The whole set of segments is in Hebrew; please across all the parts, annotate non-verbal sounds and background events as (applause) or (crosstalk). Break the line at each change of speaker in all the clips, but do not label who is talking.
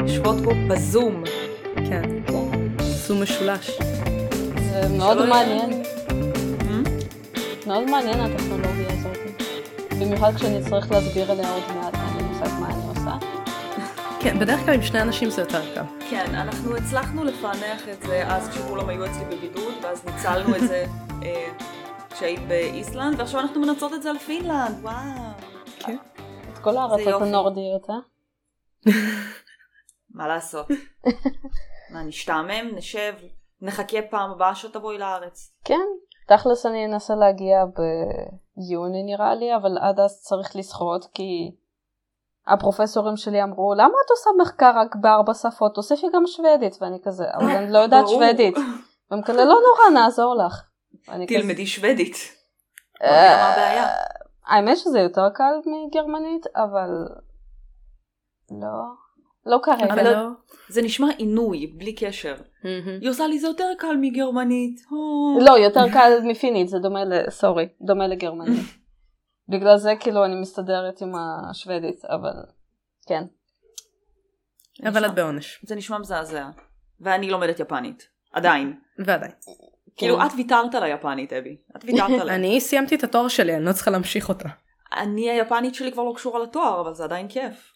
יושבות פה בזום.
כן, זום משולש.
זה מאוד מעניין.
Hmm?
מאוד מעניין הטכנולוגיה הזאת. במיוחד כשאני אצטרך להסביר עליה עוד מעט, אין לי מושג מה אני עושה.
כן, בדרך כלל עם שני אנשים זה יותר קל.
כן, אנחנו הצלחנו לפענח את זה אז כשכולם היו אצלי בבידוד, ואז ניצלנו את זה אה, כשהיית באיסלנד, ועכשיו אנחנו מנצות את זה על פינלנד, וואו.
כן.
את כל הארצות
יופי.
הנורדיות, אה?
מה
(laughs)
לעשות? מה, נשתעמם, נשב, נחכה פעם הבאה שתבואי לארץ.
כן. תכלס אני אנסה להגיע ביוני נראה לי, אבל עד אז צריך לשחות כי הפרופסורים שלי אמרו, למה את עושה מחקר רק בארבע שפות? תוסיפי גם שוודית, ואני כזה, אבל אני לא יודעת
ברור.
שוודית. והם כאלה, לא נורא, נעזור לך. ואני כזה,
תלמדי שוודית.
לא
"אה,
אבל מה הבעיה?"
האמת שזה יותר קל מגרמנית, אבל לא, לא כרגע.
אבל לא.
זה נשמע עינוי, בלי קשר.
מהמם.
היא עושה לי זה יותר קל מגרמנית. הו.
לא, יותר קל מפינית, זה דומה ל... סורי, דומה
(laughs)
לגרמנית. בגלל זה כאילו אני מסתדרת עם השוודית, אבל כן.
זה
אבל
נשמע-
את בעונש.
זה נשמע מזעזע. ואני לומדת יפנית. עדיין.
כן.
ועדיין.
כאילו, את ויתרת על היפנית, אבי.
(laughs)
את ויתרת עליה.
אני סיימתי את התואר שלי, אני לא צריכה להמשיך אותה.
אני היפנית שלי כבר לא קשורה לתואר, אבל זה עדיין כיף.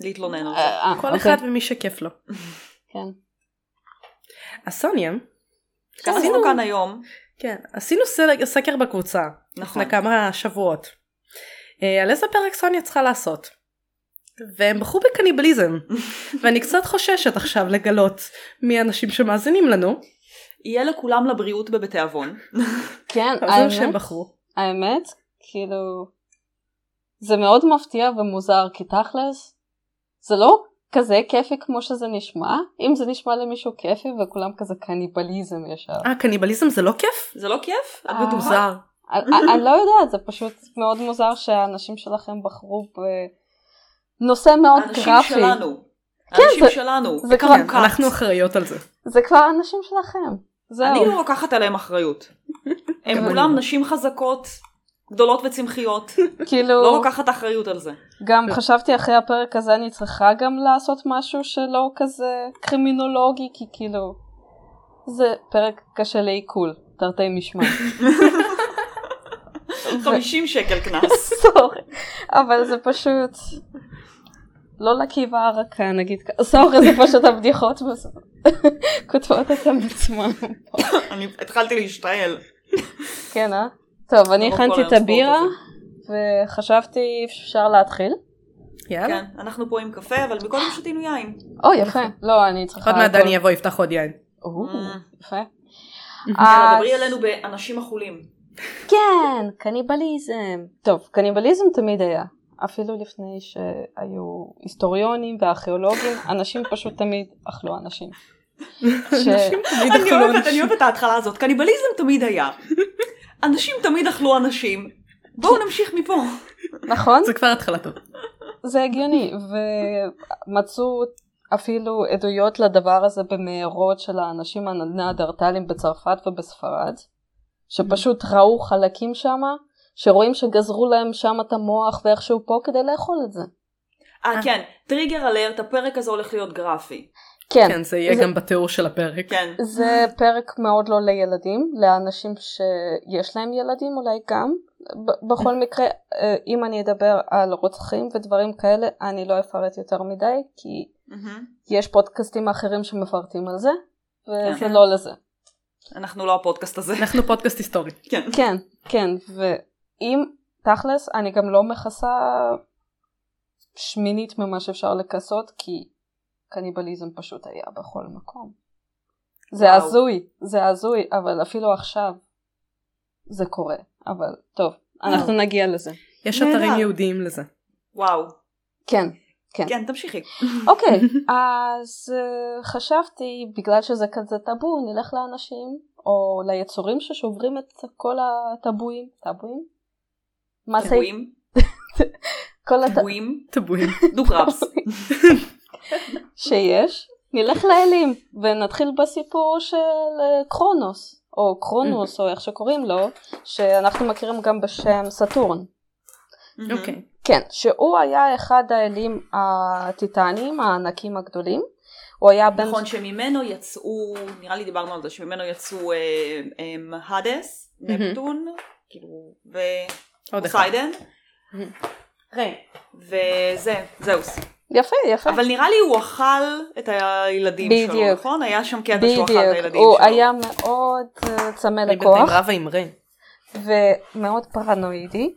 להתלונן על זה.
אה, אה,
כל
אוקיי,
אחד ומי שכיף לו.
כן.
אז סוניה,
גם אנחנו כאן היום.
כן, עשינו סל- סקר בקבוצה.
נכון.
לפני כמה שבועות. אה, על איזה פרק סוניה צריכה לעשות? והם בחרו (laughs) בקניבליזם, ואני קצת חוששת עכשיו לגלות מי האנשים שמאזינים לנו,
יהיה לכולם לבריאות בבתיאבון.
כן,
אבל זה מה שהם
האמת,
בחרו.
האמת, כאילו, זה מאוד מפתיע ומוזר, כי תכלס, זה לא כזה כיפי כמו שזה נשמע, אם זה נשמע למישהו כיפי וכולם כזה קניבליזם
(laughs)
ישר.
אה, קניבליזם זה לא כיף?
זה לא כיף? את
אה.
בטוחה?
מוזר.
אני- אני אני לא יודעת, זה פשוט מאוד מוזר שהאנשים שלכם בחרו בנושא מאוד
אנשים
גרפי.
שלנו. אנשים
כן, זה-
שלנו. כן.
זה
וכמה
כבר-
קאט.
כן, אנחנו אחראיות על זה.
זה כבר האנשים שלכם.
אני
זהו.
לא לוקחת עליהם אחריות.
גם
הם
אני
כולם
לא.
נשים חזקות, גדולות וצמחיות. לא
כאילו,
לוקחת אחריות על זה.
גם חשבתי אחרי הפרק הזה אני צריכה גם לעשות משהו שלא כזה קרימינולוגי, כי כאילו, זה פרק קשה לעיכול, תרתי
(laughs)
משמע.
50 שקל קנס.
סורי. אבל זה פשוט... לא לקיב הערקה נגיד ככה, סורי זה פשוט הבדיחות בסוף. (laughs) כותבות אותן עצמן.
אני התחלתי להשתעל.
כן, אה? טוב, אני
לא
הכנתי
כל
את
היום
הבירה,
ספורט
וחשבתי אפשר להתחיל.
יאללה.
כן, אנחנו פה עם קפה, אבל מקודם שתינו יין.
או, יפה. לא, אני צריכה...
עוד
אה,
מעט
הכל.
דני יבוא יפתח עוד יין.
או, יפה.
יאללה,
אז-
דברי אלינו באנשים החולים.
כן, קניבליזם. טוב, קניבליזם תמיד היה. אפילו לפני שהיו היסטוריונים וארכיאולוגים, אנשים פשוט תמיד אכלו אנשים. ש-
אנשים תמיד
אני
אכלו
אוהבת, אני
אנשים.
אוהבת את ההתחלה הזאת. קניבליזם תמיד היה. אנשים תמיד אכלו אנשים. בואו נמשיך מפה.
נכון?
זה כבר התחלה טוב.
זה הגיוני, ומצאו אפילו עדויות לדבר הזה במערות של האנשים הנאדרטלים בצרפת ובספרד, שפשוט ראו חלקים שם, שרואים שגזרו להם שם את המוח ואיכשהו פה כדי לאכול את זה.
אה, כן, טריגר אלרט, הפרק הזה הולך להיות גרפי.
כן,
כן, זה יהיה
זה-
גם בתיאור של הפרק.
כן.
זה פרק מאוד לא לילדים, לאנשים שיש להם ילדים אולי גם. ב- בכל מקרה, אה, אם אני אדבר על רוצחים ודברים כאלה, אני לא אפרט יותר מדי, כי
מהמם.
יש פודקאסטים אחרים שמפרטים על זה, וזה
כן.
לא לזה.
אנחנו לא הפודקאסט הזה.
אנחנו פודקאסט היסטורי.
כן.
כן, כן, ואם, תכלס, אני גם לא מכסה שמינית ממה שאפשר לכסות, כי קניבליזם פשוט היה בכל מקום. זה
וואו.
הזוי, זה הזוי, אבל אפילו עכשיו זה קורה. אבל טוב, אנחנו נגיע לזה.
יש
נהדר.
אתרים יהודיים לזה.
וואו.
כן,
כן, תמשיכי.
אוקיי, אז אה, חשבתי, בגלל שזה כזה טאבו, נלך לאנשים, או ליצורים ששוברים את כל הטאבואים, טאבואים? מה זה?
טבועים,
כל הט...
טבועים, (laughs)
טבועים.
דו-קרבס.
שיש, נלך לאלים, ונתחיל בסיפור של אה, קרונוס, או קרונוס, או איך שקוראים לו, שאנחנו מכירים גם בשם סטורן.
מהמם.
אוקיי.
כן, שהוא היה אחד האלים הטיטניים, הענקים הגדולים. הוא היה בן...
נכון שממנו יצאו, נראה לי דיברנו על זה, שממנו יצאו אה, אה, האדס, נפטון, כאילו,
עוד אחד.
ופוסיידן, וזה, זהוס.
יפה, יפה.
אבל נראה לי הוא אכל את הילדים שלו,
בדיוק.
נכון? היה שם קטע שהוא אכל את
בדיוק,
הילדים
הוא
שלו.
היה מאוד אה, צמא
אני בינתיים
לכוח
רבה עם ריי.
ומאוד פרנואידי,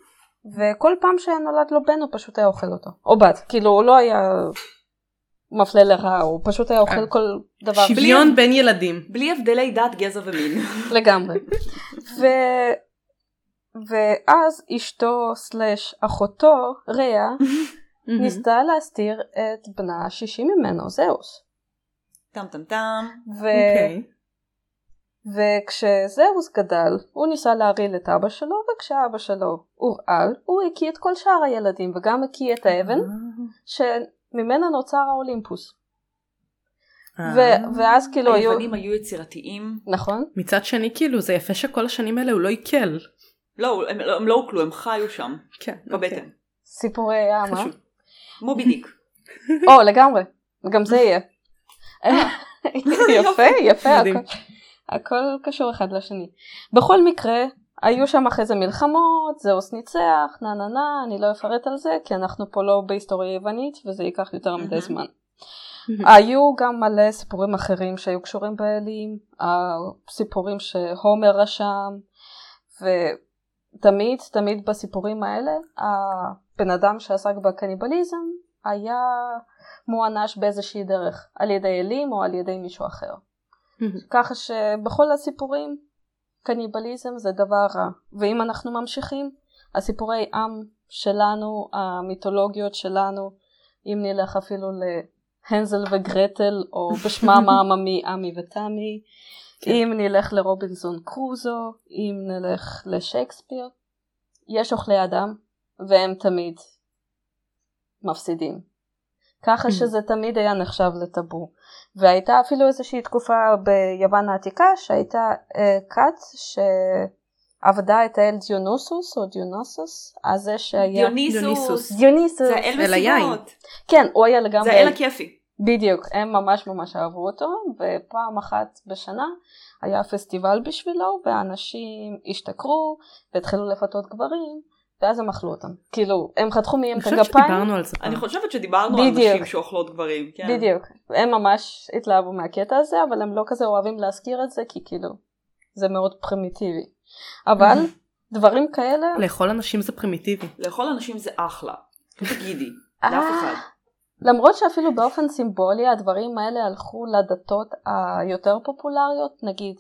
וכל פעם שנולד לו בן הוא פשוט היה אוכל אותו. או בת, כאילו הוא לא היה מפלה לרעה, הוא פשוט היה אוכל
אה.
כל דבר.
שוויון בין ילדים.
בלי הבדלי דת, גזע ומין. (laughs)
לגמרי. ו... ואז אשתו סלש אחותו,
(laughs)
ריה, ניסתה להסתיר את בנה השישי ממנו, זהוס.
טם טם טם.
ו...
אוקיי.
וכשזהוס גדל, הוא ניסה להרעיל את אבא שלו, וכשאבא שלו הורעל, הוא הקיא את כל שאר הילדים, וגם הקיא את האבן, שממנה נוצר האולימפוס.
אה.
ו- ואז כאילו היו...
היוונים היו יצירתיים.
נכון?
מצד שני כאילו זה יפה שכל השנים האלה הוא לא עיכל.
לא, הם לא- הם לא הוקלו, הם חיו שם,
אוקיי.
כן.
בבטן.
סיפורי ים, אה?
חשוב.
מובי דיק.
או, לגמרי. גם זה יהיה. (laughs) יפה, יפה,
אה. מדהים.
הכל- הכל קשור אחד לשני. בכל מקרה, היו שם אחרי זה מלחמות, זהוס ניצח, נה נה נה, אני לא אפרט על זה, כי אנחנו פה לא בהיסטוריה יוונית, וזה ייקח יותר מדי
Mhm.
זמן. היו גם מלא סיפורים אחרים שהיו קשורים באלים, הסיפורים שהומר רשם, ותמיד תמיד בסיפורים האלה הבן אדם שעסק בקניבליזם היה מוענש באיזושהי דרך, על ידי אלים או על ידי מישהו אחר. ככה שבכל הסיפורים קניבליזם זה דבר רע. ואם אנחנו ממשיכים, הסיפורי עם שלנו, המיתולוגיות שלנו, אם נלך אפילו להנזל וגרטל, או בשמם העממי עמי ותמי, אם נלך לרובינזון קרוזו, אם נלך לשייקספיר, יש אוכלי אדם, והם תמיד מפסידים. ככה שזה תמיד היה נחשב לטאבו. והייתה אפילו איזושהי תקופה ביוון העתיקה שהייתה אה, כת שעבדה את האל דיונוסוס או דיונוסוס, הזה שהיה...
דיוניסוס.
דיוניסוס.
זה האל
אל היין.
מסיבות.
כן, הוא היה לגמרי...
זה האל הכיפי.
בדיוק, הם ממש ממש אהבו אותו, ופעם אחת בשנה היה פסטיבל בשבילו, ואנשים השתכרו, והתחילו לפתות גברים, ואז הם אכלו אותם. כאילו, הם חתכו מהם
אני
את
חושבת
הגפיים,
שדיברנו על זה פעם.
אני חושבת שדיברנו על
אה. בדיוק.
נשים שאוכלות גברים. כן.
בדיוק. הם ממש התלהבו מהקטע הזה, אבל הם לא כזה אוהבים להזכיר את זה, כי כאילו, זה מאוד פרימיטיבי. אבל דברים כאלה...
לאכול אנשים זה פרימיטיבי.
לאכול אנשים זה אחלה. (laughs) תגידי.
אה,
לאף אחד.
למרות שאפילו באופן סימבולי הדברים האלה הלכו לדתות היותר פופולריות, נגיד,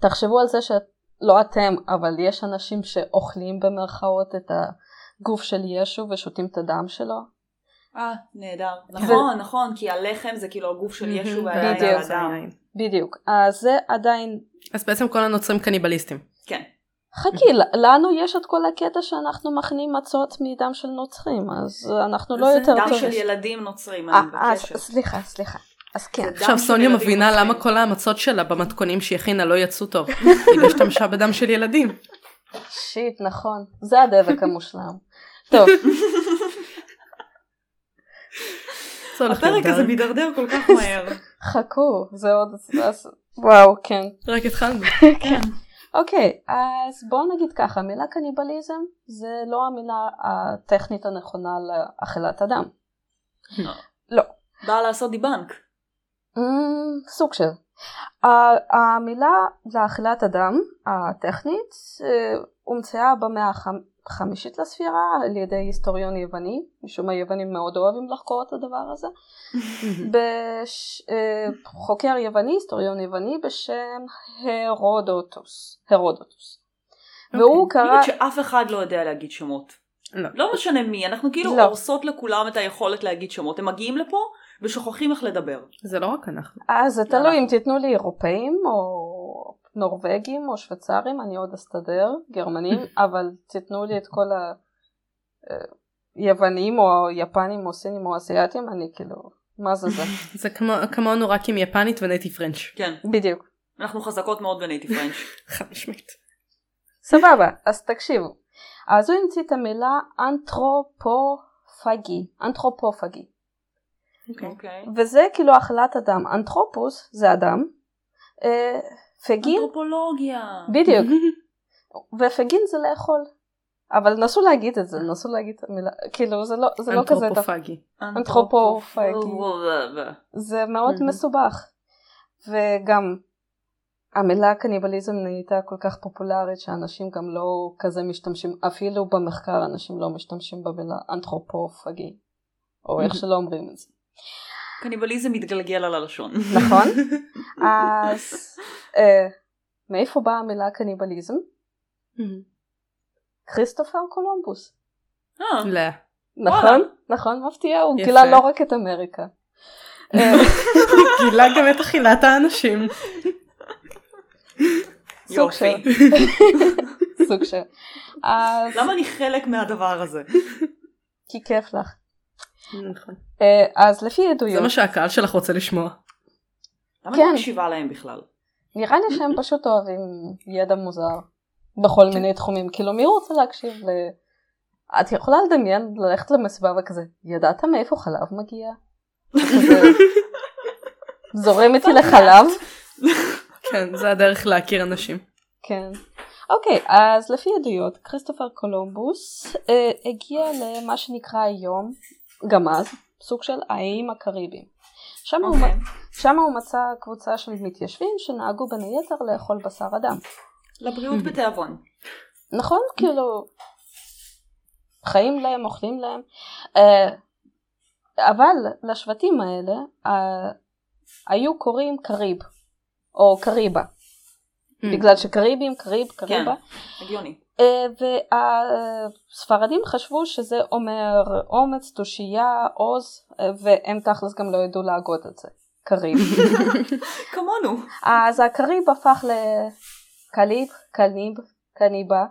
תחשבו על זה שלא אתם, אבל יש אנשים שאוכלים במרכאות את הגוף של ישו ושותים את הדם שלו.
אה, נהדר. נכון, נכון, כי הלחם זה כאילו הגוף של ישו והיין
בדיוק.
על האדם.
בדיוק. אז זה עדיין,
אז בעצם כל הנוצרים קניבליסטים.
כן. (laughs)
חכי, ל- לנו יש את כל הקטע שאנחנו מכנים מצות מדם של נוצרים, אז אנחנו לא
זה
יותר
דם
טובים.
של ילדים נוצרים,
אה,
אני
אה,
מבקשת.
סליחה, סליחה. אז כן.
זה דם
עכשיו
של
סוניה
ילדים
מבינה
נוצרים.
למה כל ההמצות שלה במתכונים שהיא הכינה לא יצאו
(laughs)
טוב. היא לא השתמשה בדם של ילדים.
שיט, נכון. זה הדבק המושלם. טוב,
זה הולך להיות
הפרק הזה
דם.
מידרדר כל כך (laughs) מהר.
חכו, זה עוד... אז- וואו, כן.
רק התחלנו.
אוקיי, אז בואו נגיד ככה, המילה קניבליזם זה לא המילה הטכנית הנכונה לאכילת אדם.
באה לעשות דיבנק.
אמ, סוג של. ה- המילה לאכילת אדם הטכנית אה, הומצאה במאה החמישית לספירה על ידי היסטוריון יווני, משום היוונים מאוד אוהבים לחקור את הדבר
(laughs)
הזה, בש... אה, חוקר יווני, היסטוריון יווני בשם הרודוטוס. הרודוטוס. והוא
אוקיי. אני
קרא...
חושבת כאילו שאף אחד לא יודע להגיד שמות.
לא.
לא משנה מי, אנחנו כאילו
לא.
הורסות לכולם את היכולת להגיד שמות. הם מגיעים לפה ושוכחים איך לדבר.
זה לא רק אנחנו.
אה, זה
אנחנו.
תלוי אם תיתנו לי אירופאים או נורבגים או שוויצרים, אני עוד אסתדר, גרמנים, אבל תיתנו לי את כל ה... אה, יוונים או יפנים או סינים או אסיאתים, אני כאילו, מה זה זה?
זה כמו- כמונו רק עם יפנית ונייטיב פרנץ'.
כן.
בדיוק.
אנחנו חזקות מאוד בנייטי פרנץ'.
חד משמעית.
סבבה, אז תקשיבו. אז הוא המציא את המילה אנתרופופגי, אנתרופופגי.
אוקיי.
(laughs) אוקיי.
וזה כאילו אכלת אדם. אנתרופוס זה אדם, אה, פגין,
אנתרופולוגיה.
(laughs)
בדיוק, ופגין זה לאכול. אבל נסו להגיד את זה, נסו להגיד את המילה, כאילו זה לא, זה לא כזה, דפ-
אנתרופופגי.
אנתרופופגי.
אנתרופופגי.
זה מאוד
Mhm.
מסובך. וגם המילה קניבליזם נהייתה כל כך פופולרית שאנשים גם לא כזה משתמשים, אפילו במחקר אנשים לא משתמשים במילה אנתרופופגי, או איך
Mhm.
שלא אומרים את זה.
קניבליזם מתגלגל על (laughs) הלשון.
נכון? אז אה, מאיפה באה המילה קניבליזם? Mm-hmm. כריסטופר קולומבוס.
אה,
לא.
וואלה.
נכון? נכון, מפתיע, הוא
יפה.
גילה לא רק את אמריקה. אה,
(laughs) גילה גם את אכילת
(laughs)
האנשים.
סוג של,
יופי.
(laughs) סוג של. אז
למה אני חלק מהדבר הזה?
כי כיף לך.
נכון.
אה, אז לפי
זה
עדויות,
מה שהקהל שלך רוצה לשמוע.
למה אני
כן.
מקשיבה להם בכלל?
נראה לי שהם פשוט אוהבים ידע מוזר בכל מיני תחומים. כאילו מי רוצה להקשיב ל... את יכולה לדמיין ללכת למסיבה וכזה, ידעת מאיפה חלב מגיע? כזה, זורם איתי לחלב?
כן, זה הדרך להכיר
(laughs)
אנשים.
כן. אוקיי, אז לפי עדויות, כריסטופר קולומבוס אה, הגיע למה שנקרא היום, גם אז, סוג של האיים הקריביים. שם הוא
אוקיי.
שם הוא מצא קבוצה של מתיישבים שנהגו בין היתר לאכול בשר אדם.
לבריאות
Mm-hmm.
בתיאבון.
נכון? כאילו, חיים להם, אוכלים להם. אה, אבל לשבטים האלה אה, היו קוראים קריב, או קריבה, בגלל שקריבים, קריב,
Hmm. כן,
קריבה.
הגיוני.
אה, והספרדים חשבו שזה אומר אומץ, תושייה, עוז, אה, והם תכלס גם לא ידעו להגות את זה. קריב.
כמונו.
אז הקריב הפך לקליב, קניב, קניבה,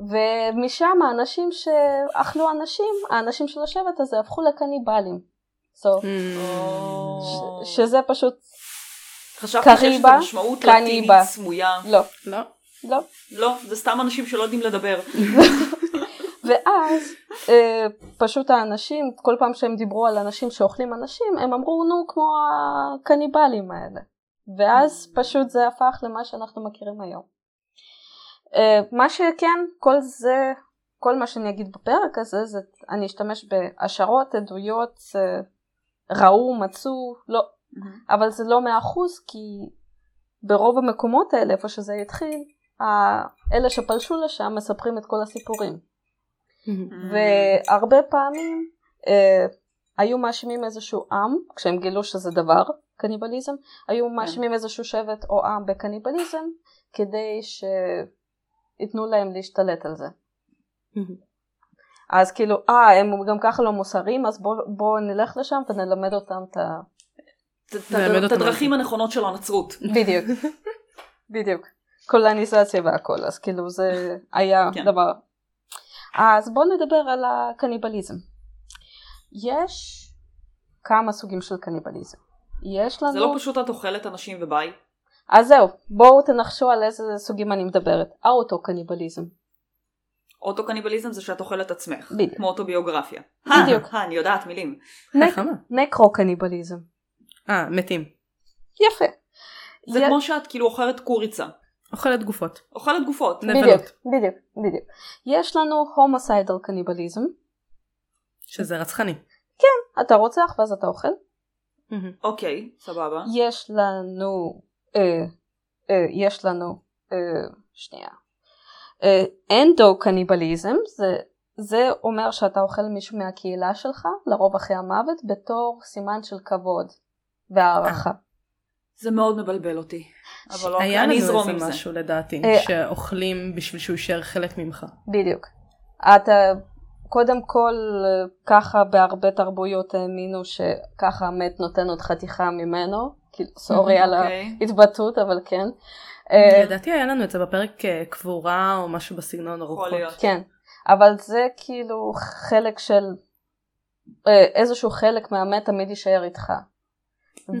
ומשם האנשים שאכלו אנשים, האנשים של השבט הזה הפכו לקניבלים.
Mm.
So,
Mm. או.
ש- שזה פשוט,
חשבתי שיש
קריבה,
לזה משמעות לטינית
קניבה.
סמויה.
לא,
לא.
לא.
לא, זה סתם אנשים שלא יודעים לדבר.
ואז אה, פשוט האנשים, כל פעם שהם דיברו על אנשים שאוכלים אנשים, הם אמרו נו כמו הקניבלים האלה. ואז פשוט זה הפך למה שאנחנו מכירים היום. אה, מה שכן, כל זה, כל מה שאני אגיד בפרק הזה, זה אני אשתמש בהשערות, עדויות, אה, ראו, מצאו, לא, אבל זה לא מאה אחוז כי ברוב המקומות האלה איפה שזה התחיל ה- אלה שפלשו לשם מספרים את כל הסיפורים Mm-hmm.
Mm-hmm.
והרבה פעמים אה, היו מאשימים איזשהו עם כשהם גילו שזה דבר קניבליזם היו מאשימים איזשהו שבט או עם בקניבליזם כדי שייתנו להם להשתלט על זה אז כאילו אה הם גם ככה לא מוסריים אז בואו בוא נלך לשם ונלמד אותם את ה...
ת- ת-
נלמד
את
אותם.
הדרכים הנכונות של הנצרות.
בדיוק, בדיוק. קולניזציה והכל, אז כאילו זה היה
כן.
דבר. אז בואו נדבר על הקניבליזם. יש כמה סוגים של קניבליזם. יש לנו...
זה לא פשוט את אוכלת אנשים וביי.
אז זהו, בואו תנחשו על איזה סוגים אני מדברת. האוטו קניבליזם.
אוטו-קניבליזם זה שאת אוכלת עצמך.
בדיוק.
כמו אוטוביוגרפיה.
בדיוק.
אה, אני יודעת מילים.
חכמה.
נקרו קניבליזם.
אה, מתים.
יפה.
זה
י-
כמו שאת כאילו אוכלת קוריצה.
אוכלת גופות.
אוכלת גופות.
בדיוק,
נבלות.
בדיוק, בדיוק. יש לנו הומוסיידל קניבליזם.
שזה רצחני.
אתה רוצח ואז אתה אוכל. Mm-hmm.
אוקיי, סבבה.
יש לנו, אה, אה, יש לנו, אה, שנייה, אה, אנדו-קניבליזם, זה, זה אומר שאתה אוכל מישהו מהקהילה שלך, לרוב אחרי המוות, בתור סימן של כבוד והערכה.
זה מאוד מבלבל אותי. אבל לא,
היה
אני
לנו
אזרום עם
איזה
זה.
משהו לדעתי,
אה.
שאוכלים בשביל שהוא יישאר חלק ממך.
בדיוק. אתה, קודם כל, אה, ככה בהרבה תרבויות האמינו שככה המת נותן עוד חתיכה ממנו, כאילו, סורי על
אוקיי.
ההתבטאות, אבל כן. אה,
לדעתי היה לנו את זה בפרק אה, קבורה או משהו בסגנון
יכול
הרוחות.
להיות.
כן, אבל זה כאילו חלק של, אה, איזשהו חלק מהמת תמיד יישאר איתך.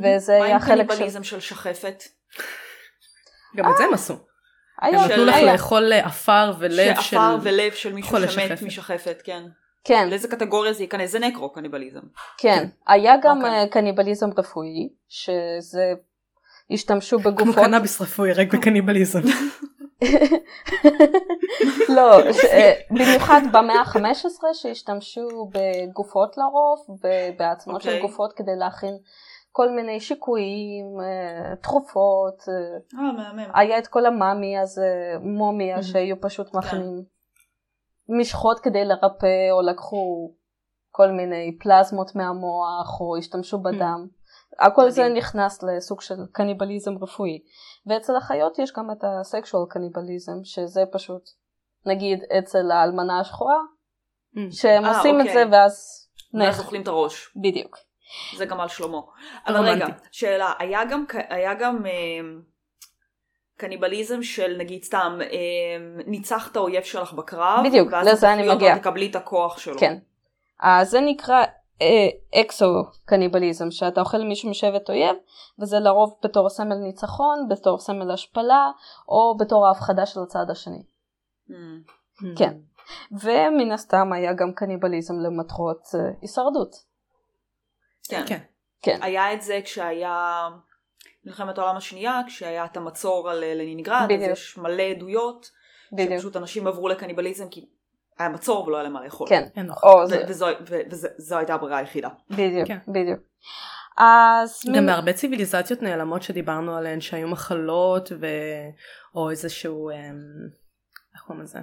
וזה
מה
היה
עם
חלק של...
קניבליזם של שחפת?
גם את זה הם עשו. הם
היה,
נתנו לך
היה.
לאכול אה, עפר ולב של...
שעפר ולב של מישהו
חולה
שמת
שחפת.
משחפת, כן.
כן,
לאיזה קטגוריה זה ייכנס? זה נקרו קניבליזם.
כן. היה גם
אוקיי.
אה, קניבליזם רפואי, שזה... השתמשו
כמו
בגופות,
קנאביס רפואי, רק
(laughs)
בקניבליזם. Mm,
לא, אה, במיוחד במאה ה-15 שהשתמשו בגופות לרוב ובעצמות של
אוקיי.
גופות כדי להכין כל מיני שיקויים, אה, תרופות, אה,
אה, מהמם.
היה את כל המאמי הזה, מומיה, שהיו
כן.
פשוט מכנים משחות כדי לרפא, או לקחו כל מיני פלזמות מהמוח, או השתמשו בדם. הכל זה
מדהים.
נכנס לסוג של קניבליזם רפואי. ואצל החיות יש גם את הסקשואל קניבליזם, שזה פשוט, נגיד, אצל האלמנה השחורה, שהם
אה,
עושים את זה
אוקיי.
ואז
ואז
נח.
אוכלים את הראש.
בדיוק.
זה גם על שלמה. אבל
רומנטי.
רגע, שאלה, היה גם, ק- היה גם אמ, קניבליזם של נגיד סתם, אמ, ניצחת אויב שלך בקרב,
בדיוק, לזה אני
אוקיי, ואז
מגיעה.
אתה תקבלי את הכוח שלו.
כן. אז זה נקרא אקסו קניבליזם, שאתה אוכל מישהו משבט אויב, וזה לרוב בתור סמל ניצחון, בתור סמל השפלה, או בתור ההפחדה של הצד השני.
אמ,
mm.
כן. ומן הסתם היה גם קניבליזם למטרות אה, הישרדות.
כן.
כן.
כן.
היה את זה כשהיה מלחמת העולם השנייה, כשהיה את המצור על אה, לנינגרד, אז
בדיוק.
יש מלא עדויות,
בדיוק.
שפשוט אנשים עברו לקניבליזם כי היה מצור ולא היה להם מה לאכול.
כן.
אין אוכל.
או זה,
ו- וזו- ו- וזו- זו הייתה הברירה היחידה.
בדיוק,
כן.
בדיוק. אז
גם
מן-
בהרבה ציוויליזציות נעלמות שדיברנו עליהן שהיו מחלות ו... או איזשהו אמ... איך קוראים לזה?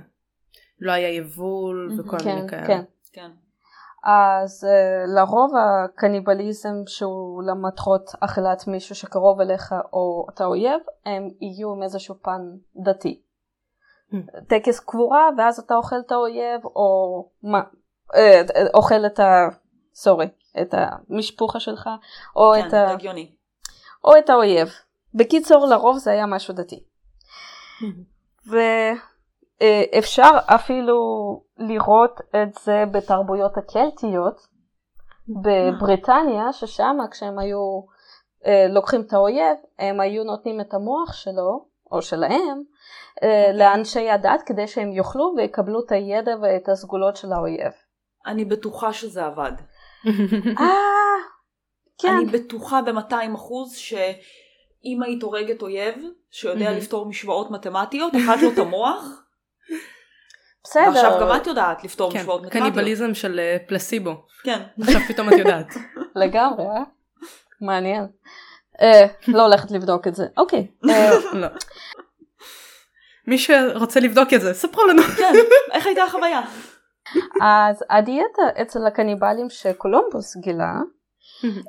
לא היה יבול וכל
כן,
מיני כאלה. (laughs)
כן.
כן.
אז אה, לרוב הקניבליזם שהוא למטרות אכילת מישהו שקרוב אליך או אתה אויב, הם יהיו עם איזשהו פן דתי.
Mm.
טקס קבורה ואז אתה אוכל את האויב או מה, אה, אה, אוכל את ה... סורי, את המשפוחה שלך או,
כן,
את ה...
זה הגיוני.
או את האויב. בקיצור לרוב זה היה משהו דתי. ואפשר אפילו לראות את זה בתרבויות הקלטיות בבריטניה, ששם כשהם היו אה, לוקחים את האויב, הם היו נותנים את המוח שלו, או שלהם, אה, לאנשי הדת כדי שהם יאכלו ויקבלו את הידע ואת הסגולות של האויב.
אני בטוחה שזה עבד.
אה, כן,
אני בטוחה ב-200 אחוז שאם היית הורגת אויב שיודע
Mhm.
לפתור משוואות מתמטיות, אכלת לו את המוח, ועכשיו
בסדר,
גם את יודעת לפתור
כן,
משוואות מתמטיות.
קניבליזם של אה, פלסיבו.
כן,
עכשיו פתאום את יודעת.
לגמרי, אה? מעניין. אה, לא הולכת לבדוק את זה. אוקיי. אה,
לא. (laughs) מי שרוצה לבדוק את זה, ספרו לנו.
כן, איך הייתה החוויה?
אה, אז הדיאטה אצל הקניבלים שקולומבוס גילה,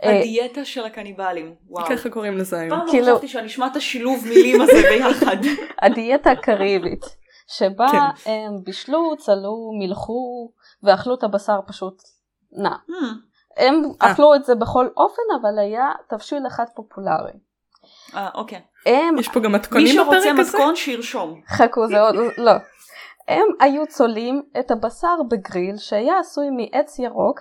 אה,
הדיאטה של הקניבלים, וואו.
ככה קוראים לזה היום.
פעם לא
כאילו-
חשבתי שאני אשמע את השילוב מילים הזה ביחד. (laughs)
(laughs)
הדיאטה הקריבית, שבה
כן.
הם בישלו, צלו, מילחו ואכלו את הבשר פשוט נע.
Hmm,
הם
אה.
אכלו את זה בכל אופן, אבל היה תבשיל אחד פופולרי.
אה, אוקיי.
הם,
יש פה גם
מי
מתכונים
שרוצה
בפרק הזה?
מתכון שירשום.
חכו זה עוד, לא. הם היו צולים את הבשר בגריל שהיה עשוי מעץ ירוק,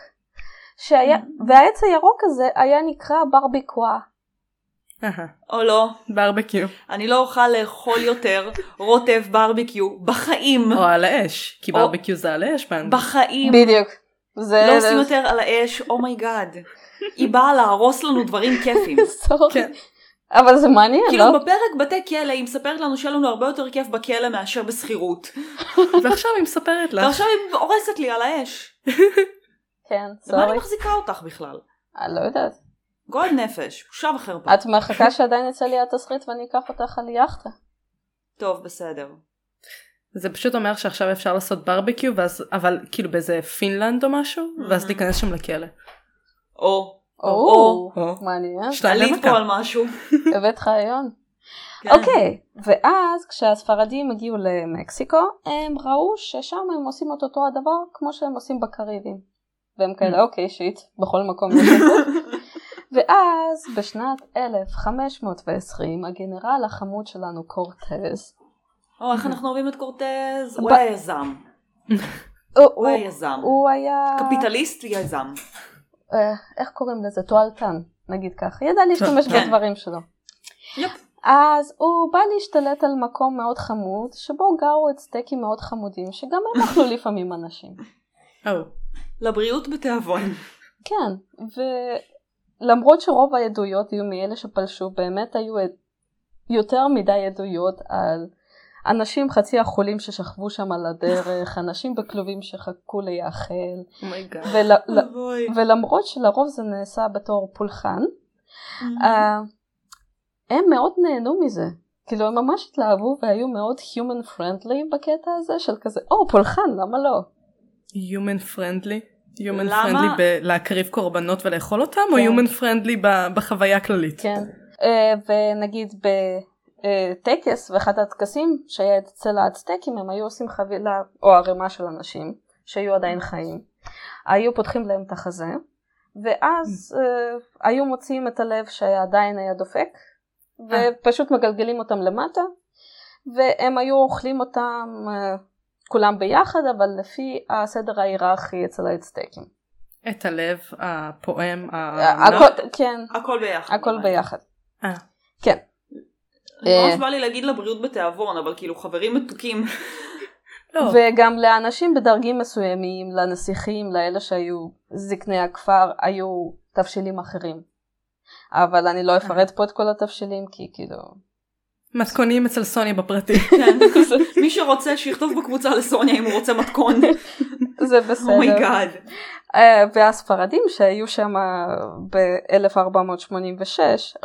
שהיה,
Mm.
והעץ הירוק הזה היה נקרא ברביקווה.
אהה,
או לא,
ברבקיו.
אני לא אוכל לאכול יותר רוטב ברביקיו בחיים.
או על האש. כי
או-
ברבקיו זה על האש באנגלית.
בחיים.
בדיוק. זה
לא עושים יותר על האש, אומייגאד. היא באה להרוס לנו דברים
(laughs)
כיפים.
לא. סורי.
כן.
אבל זה מעניין,
כאילו
לא?
בפרק בתי כלא היא מספרת לנו שיהיה לנו הרבה יותר כיף בכלא מאשר בשכירות.
(laughs) ועכשיו היא מספרת
לא.
לך.
ועכשיו היא הורסת לי על האש.
כן,
למה אני
סורי.
מחזיקה אותך בכלל?
אני לא יודעת.
גועל נפש, בושה וחרפה.
את מחכה
אוקיי.
שעדיין יצא לי התסריט ואני אקח אותך על יאכטה.
טוב, בסדר.
זה פשוט אומר שעכשיו אפשר לעשות ברבקיו ואז אבל כאילו באיזה פינלנד או משהו ואז להיכנס שם לכלא.
או,
או,
או.
מעניין.
(laughs)
שתיים
עלית
במכה.
פה על משהו.
הבאת רעיון.
כן.
אוקיי, ואז כשהספרדים הגיעו למקסיקו, הם ראו ששם הם עושים את אותו הדבר כמו שהם עושים בקריבים. והם
Mm.
כאלה, אוקיי, שיט, בכל מקום. יש
(laughs)
שיט." ואז בשנת 1520 הגנרל החמוד שלנו קורטז,
או, איך אנחנו אוהבים את קורטז? הוא
ב-
היה יזם.
הוא-
הוא היה יזם.
הוא היה...
קפיטליסט ויזם.
אה, איך קוראים לזה? טואלטן, נגיד כך. ידע להשתמש
כן.
בדברים שלו.
יפ.
אז הוא בא להשתלט על מקום מאוד חמוד, שבו גרו הצטקים מאוד חמודים, שגם הם אכלו לפעמים אנשים.
או,
לבריאות בתיאבון.
כן, ולמרות שרוב העדויות היו מאלה שפלשו, באמת היו עד- יותר מדי עדויות על אנשים חצי החולים ששכבו שם על הדרך, אנשים בכלובים שחכו להיאכל,
אומייגאד.
ול... ל-
אבוי.
ולמרות שלרוב זה נעשה בתור פולחן, אה, הם מאוד נהנו מזה. כאילו הם ממש התלהבו והיו מאוד human friendly בקטע הזה של כזה, או פולחן, למה לא?
Human friendly? Human
למה?
friendly ב- להקריב קורבנות ולאכול אותם, או
כן.
Human friendly ב- בחוויה הכללית?
כן. אה, ונגיד בטקס, ואחד הטקסים שהיה אצל האצטקים, הם היו עושים חבילה או ערימה של אנשים שהיו עדיין חיים. היו פותחים להם את החזה, ואז אה, היו מוציאים את הלב שעדיין היה דופק,
אה.
ופשוט מגלגלים אותם למטה, והם היו אוכלים אותם אה, כולם ביחד, אבל לפי הסדר ההיררכי אצל האצטקים.
את הלב הפועם, ה-
הכל- כן,
הכל ביחד.
הכל ביחד.
אה,
ממש
אה.
בא לי להגיד לבריאות בתיאבון, אבל כאילו חברים מתוקים.
לא,
וגם לאנשים בדרגים מסוימים, לנסיכים, לאלה שהיו זקני הכפר, היו תבשילים אחרים. אבל אני לא אפרט פה את כל התבשילים, כי כאילו...
מתכונים אצל סוני בפרטי.
כן. (laughs) מי שרוצה שיכתוב בקבוצה לסוניה אם הוא רוצה מתכון. Oh
זה בסדר.
אומייגאד.
אה, והספרדים שהיו שם ב-1486,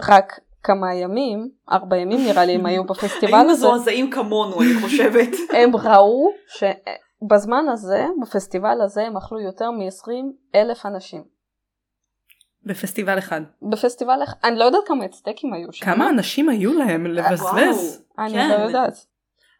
רק כמה ימים, ארבע ימים נראה לי, הם היו בפסטיבל
היו
הזה,
מזועזעים כמונו אני חושבת.
(laughs) הם ראו שבזמן הזה, בפסטיבל הזה, הם אכלו יותר מ-20 אלף אנשים.
בפסטיבל אחד.
בפסטיבל, אח- אני לא יודעת כמה הצדקים היו שם.
כמה אנשים היו להם לבזבז?
וואו.
אני
כן.
לא יודעת.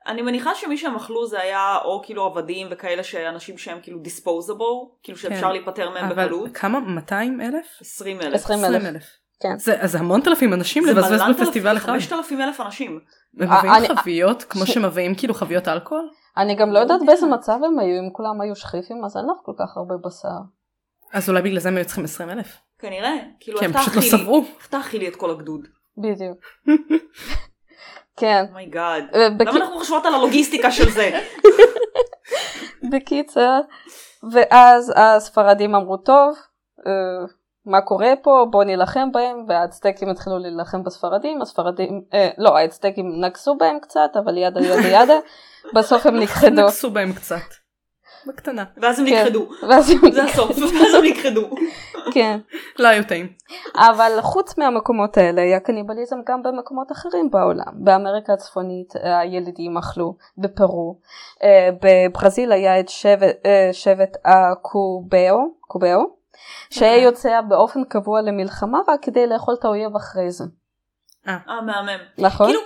אני מניחה שמי שהם אכלו זה היה או כאילו עבדים וכאלה שאנשים שהם כאילו disposable, כאילו שאפשר
כן.
להיפטר מהם
אבל
בקלות.
כמה? 200 אלף?
20 אלף.
20 אלף. כן.
זה אז המון תלפים אנשים לבזבז בפסטיבל אחד.
5,000 אלף אנשים.
הם
אה,
מביאים
אני-
חביות כמו
ש-
שמביאים כאילו חביות אלכוהול?
אני גם לא יודעת באיזה מצב הם היו, אם כולם היו שכיפים, אז אין לך כל כך הרבה בשר.
אז אולי בגלל זה הם היו צריכים 20 אלף.
כנראה. כאילו
כי הם
אתה
פשוט לא
אכילי.
סברו.
איך תאכילי את כל הגדוד? (laughs)
בדיוק. כן.
אומייגאד.
אה, בק-
Oh למה לא? אנחנו חושבות על הלוגיסטיקה של זה?
בקיצר, ואז הספרדים אמרו, טוב, אה, מה קורה פה, בואו נילחם בהם, והאצטקים התחילו להילחם בספרדים, הספרדים, אה, לא, האצטקים נגסו בהם קצת, אבל ידה ידה ידה,
(laughs)
בסוף הם נכחדו.
נגסו בהם קצת. בקטנה.
ואז הם
כן.
נכחדו.
ואז הם
זה הסוף. ואז הם נכחדו.
כן.
לא היו טעים.
אבל חוץ מהמקומות האלה היה קניבליזם גם במקומות אחרים בעולם. באמריקה הצפונית אה, הילידים אכלו, בפרו. אה, בברזיל היה את שבט, אה, שבט הקובאו, קובאו,
אוקיי.
שהיה יוצא באופן קבוע למלחמה רק כדי לאכול את האויב אחרי זה.
אה, מהמם.
נכון?
כאילו,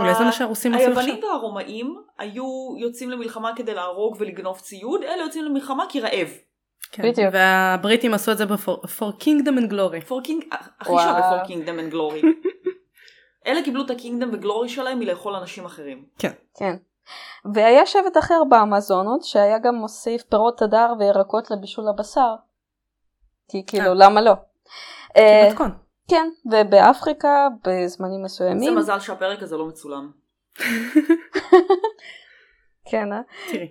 אולי זה
ה-
מה שהרוסים עושים עכשיו.
היוונים והרומאים היו יוצאים למלחמה כדי להרוג ולגנוב ציוד, אלה יוצאים למלחמה כי רעב.
כן.
בדיוק.
והבריטים עשו את זה ב-for for kingdom and glory.
For king, אה, הכי
וואו.
שווה for kingdom and glory. אלה קיבלו את הקינגדם וגלורי שלהם מלאכול אנשים אחרים.
כן. והיה שבט אחר באמזונות שהיה גם מוסיף פירות הדר וירקות לבישול הבשר. כי כאילו, למה לא?
כאילו
אה,
מתכון.
כן, ובאפריקה בזמנים
זה
מסוימים.
מזל שהפרק הזה לא מצולם.
כן, אה?
תראי.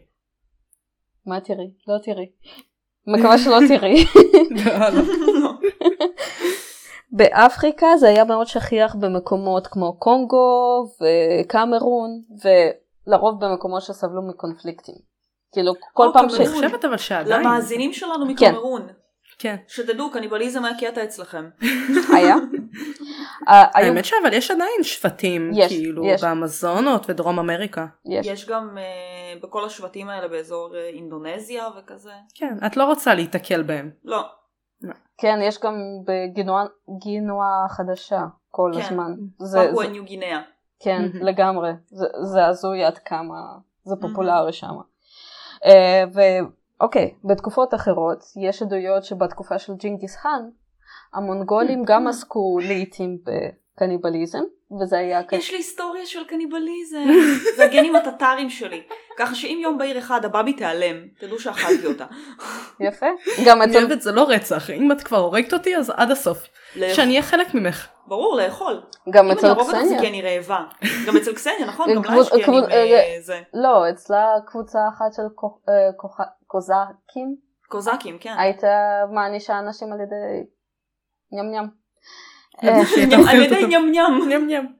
מה תראי? לא תראי. מקווה שלא תראי.
לא, לא.
(laughs) באפריקה זה היה מאוד שכיח במקומות כמו קונגו וקמרון, ולרוב במקומות שסבלו מקונפליקטים. כאילו כל
או,
פעם ש...
אני
קמרון.
חושבת אבל שעדיין.
למאזינים שלנו
כן.
מקמרון,
כן.
שתדעו, קניבליזם היה קטע אצלכם.
(laughs) היה. אה, היו-
האמת שאבל יש עדיין שבטים
יש,
כאילו
יש.
באמזונות ודרום אמריקה.
יש.
יש גם אה, בכל השבטים האלה באזור אה, אינדונזיה וכזה.
כן. את לא רוצה להיתקל בהם.
לא,
כן, יש גם בגינואה החדשה כל
כן.
הזמן. זה-
פפואה
זה-
ניו גינאה.
כן,
מהמם.
לגמרי. זה- זה הזוי עד כמה זה פופולרי שם. אה, ואוקיי, בתקופות אחרות יש עדויות שבתקופה של ג'ינגיס חאן, המונגולים גם עסקו לעיתים קניבליזם, וזה היה כ...
יש לי היסטוריה של קניבליזם. (laughs) זה הגנים הטטרים שלי. ככה שאם יום בהיר אחד הבאבי תיעלם, תדעו שאכלתי
(laughs)
אותה.
יפה. גם
אני
אתם,
אוהבת זה לא רצח, אם את כבר הורגת אותי אז עד הסוף.
אה.
לאכול.
שאני אהיה חלק ממך.
ברור, לאכול.
גם
אם אני
אצל
ארוב אותך זה
קסניה. אה,
כי אני רעבה. גם אצל קסניה, נכון? גם לה
קבוצ-
יש כי
קבוצ-
אני אה, זה.
לא, אצלה קבוצה אחת של כוח- אה, כוח- קוזקים
קוזקים,
אה,
כן.
הייתה מענישה אנשים על ידי ים ים.
שהיא
(laughs) על
תאכיל
(laughs)
ידי אה,
אותו.
ים ים.
ים ים.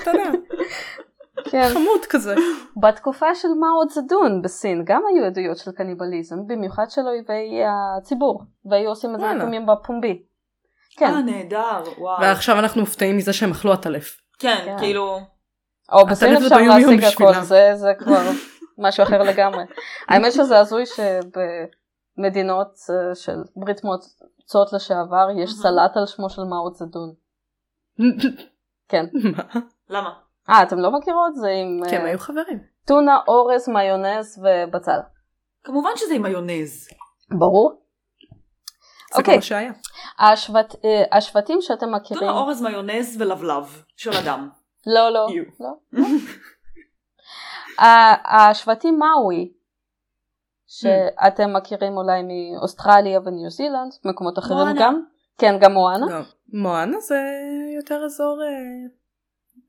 קטנה,
כן.
(laughs) חמוד כזה.
בתקופה של מאו צדון בסין גם היו עדויות של קניבליזם, במיוחד של אויבי הציבור, והיו עושים את זה
וואלה.
לפעמים בפומבי. כן,
אה, נהדר, וואו.
ועכשיו אנחנו מופתעים מזה שהם אכלו עטלף.
כן,
כן.
כאילו,
או בסין
הטלוויזיות
אפשר
היו-יום
להשיג הכל,
בשבילם.
זה, זה כבר משהו אחר לגמרי. האמת שזה הזוי שבמדינות אה, של ברית מועצות לשעבר יש
אהה.
סלט על שמו של מאו צדון. כן.
(laughs) מה?
למה?
אה, אתם לא מכירות? זה עם
כן,
כי הם
אה,
היו חברים.
טונה, אורז, מיונז ובצל.
כמובן שזה עם מיונז.
כן, ברור.
זה
אוקיי.
כמו שהיה.
השבט, אה, השבטים שאתם מכירים...
טונה אורז מיונז ולבלב של אדם.
לא, לא.
יו.
לא. ה- השבטים מאווי, שאתם מכירים אולי מאוסטרליה וניו זילנד, מקומות אחרים
מואנה.
גם. כן, גם מואנה.
לא. מואנה זה יותר אזור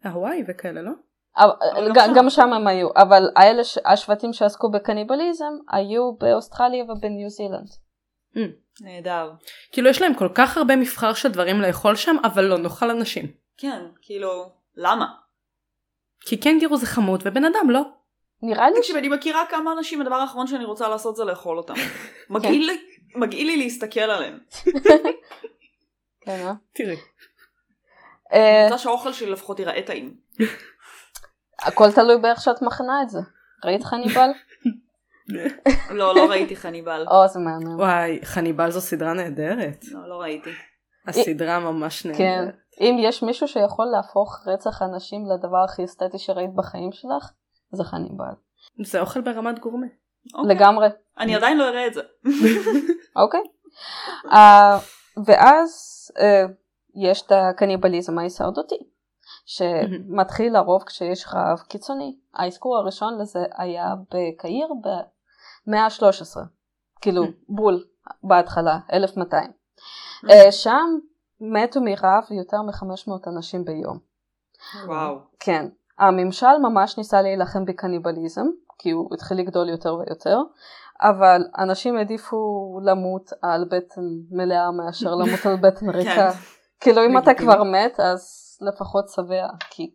אה, הוואי וכאלה, לא?
אבל-
אבל גם
גם-
שם.
גם שם הם היו, אבל האלה, ש- השבטים שעסקו בקניבליזם היו באוסטרליה ובניו זילנד.
נהדר.
כאילו יש להם כל כך הרבה מבחר של דברים לאכול שם, אבל לא נאכל אנשים.
כן, כאילו, למה?
כי קנגרו זה חמוד ובן אדם לא.
נראה לי ש...
תקשיב, אני מכירה כמה אנשים, הדבר האחרון שאני רוצה לעשות זה
(laughs)
לאכול אותם. מגעיל לי- מגעיל לי להסתכל עליהם.
אה. כן, אה?
תראי.
אני
אה,
רוצה שהאוכל שלי לפחות ייראה טעים.
הכל תלוי באיך שאת מכנה את זה. ראית חניבל?
לא, לא ראיתי חניבל.
או, זה מהמם.
וואי, חניבל זו סדרה נהדרת.
לא, לא ראיתי.
הסדרה ממש
כן.
נהדרת.
אם יש מישהו שיכול להפוך רצח אנשים לדבר הכי אסתטי שראית בחיים שלך, זה חניבל.
זה אוכל ברמת גורמה.
אוקיי.
לגמרי,
אני עדיין לא אראה את זה.
אוקיי. אה, ואז אה, יש את הקניבליזם ההישרדותי, שמתחיל לרוב כשיש רעב קיצוני. האזכור הראשון לזה היה בקהיר במאה ה-13, כאילו בול בהתחלה, 1200. אה, שם מתו מרעב יותר מ-500 אנשים ביום.
וואו.
כן. הממשל ממש ניסה להילחם בקניבליזם, כי הוא התחיל לגדול יותר ויותר, אבל אנשים העדיפו למות על בטן מלאה מאשר למות על בטן
כן.
ריקה. כאילו אם אתה
לגיטימי.
כבר מת, אז לפחות שבע, כי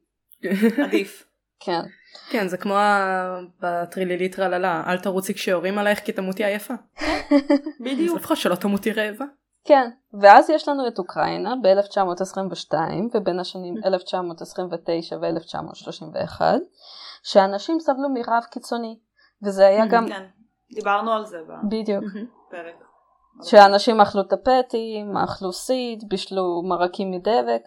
עדיף.
כן.
כן, זה כמו ה- בטרילילית רללה, אל תרוצי כשיורים עלייך כי תמותי עייפה. אז
(laughs)
בדיוק.
לפחות שלא תמותי רעבה.
כן, ואז יש לנו את אוקראינה ב-1922 ובין השנים 1929 ו-1931, שאנשים סבלו מרעב קיצוני, וזה היה גם,
כן. דיברנו על זה
בדיוק.
בפרק.
שאנשים אכלו טפטים, אכלו סיד, בישלו מרקים מדבק,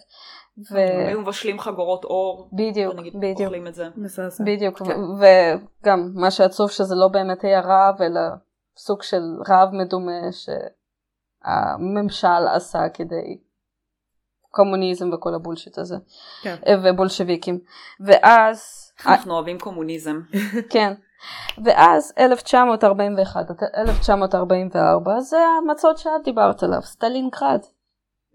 ו...
אה, היו מבשלים חגורות אור.
בדיוק,
נגיד
בדיוק, אה.
אוכלים את זה.
מזעזע.
בדיוק,
כן.
ו- וגם מה שעצוב שזה לא באמת היה רעב, אלא סוג של רעב מדומה שהממשל עשה כדי קומוניזם וכל הבולשיט הזה,
כן.
ובולשביקים,
(laughs)
ואז,
איך אנחנו אוהבים קומוניזם.
(laughs) כן. ואז 1941 עד 1944 זה המצות שאת דיברת עליו, סטלינגרד.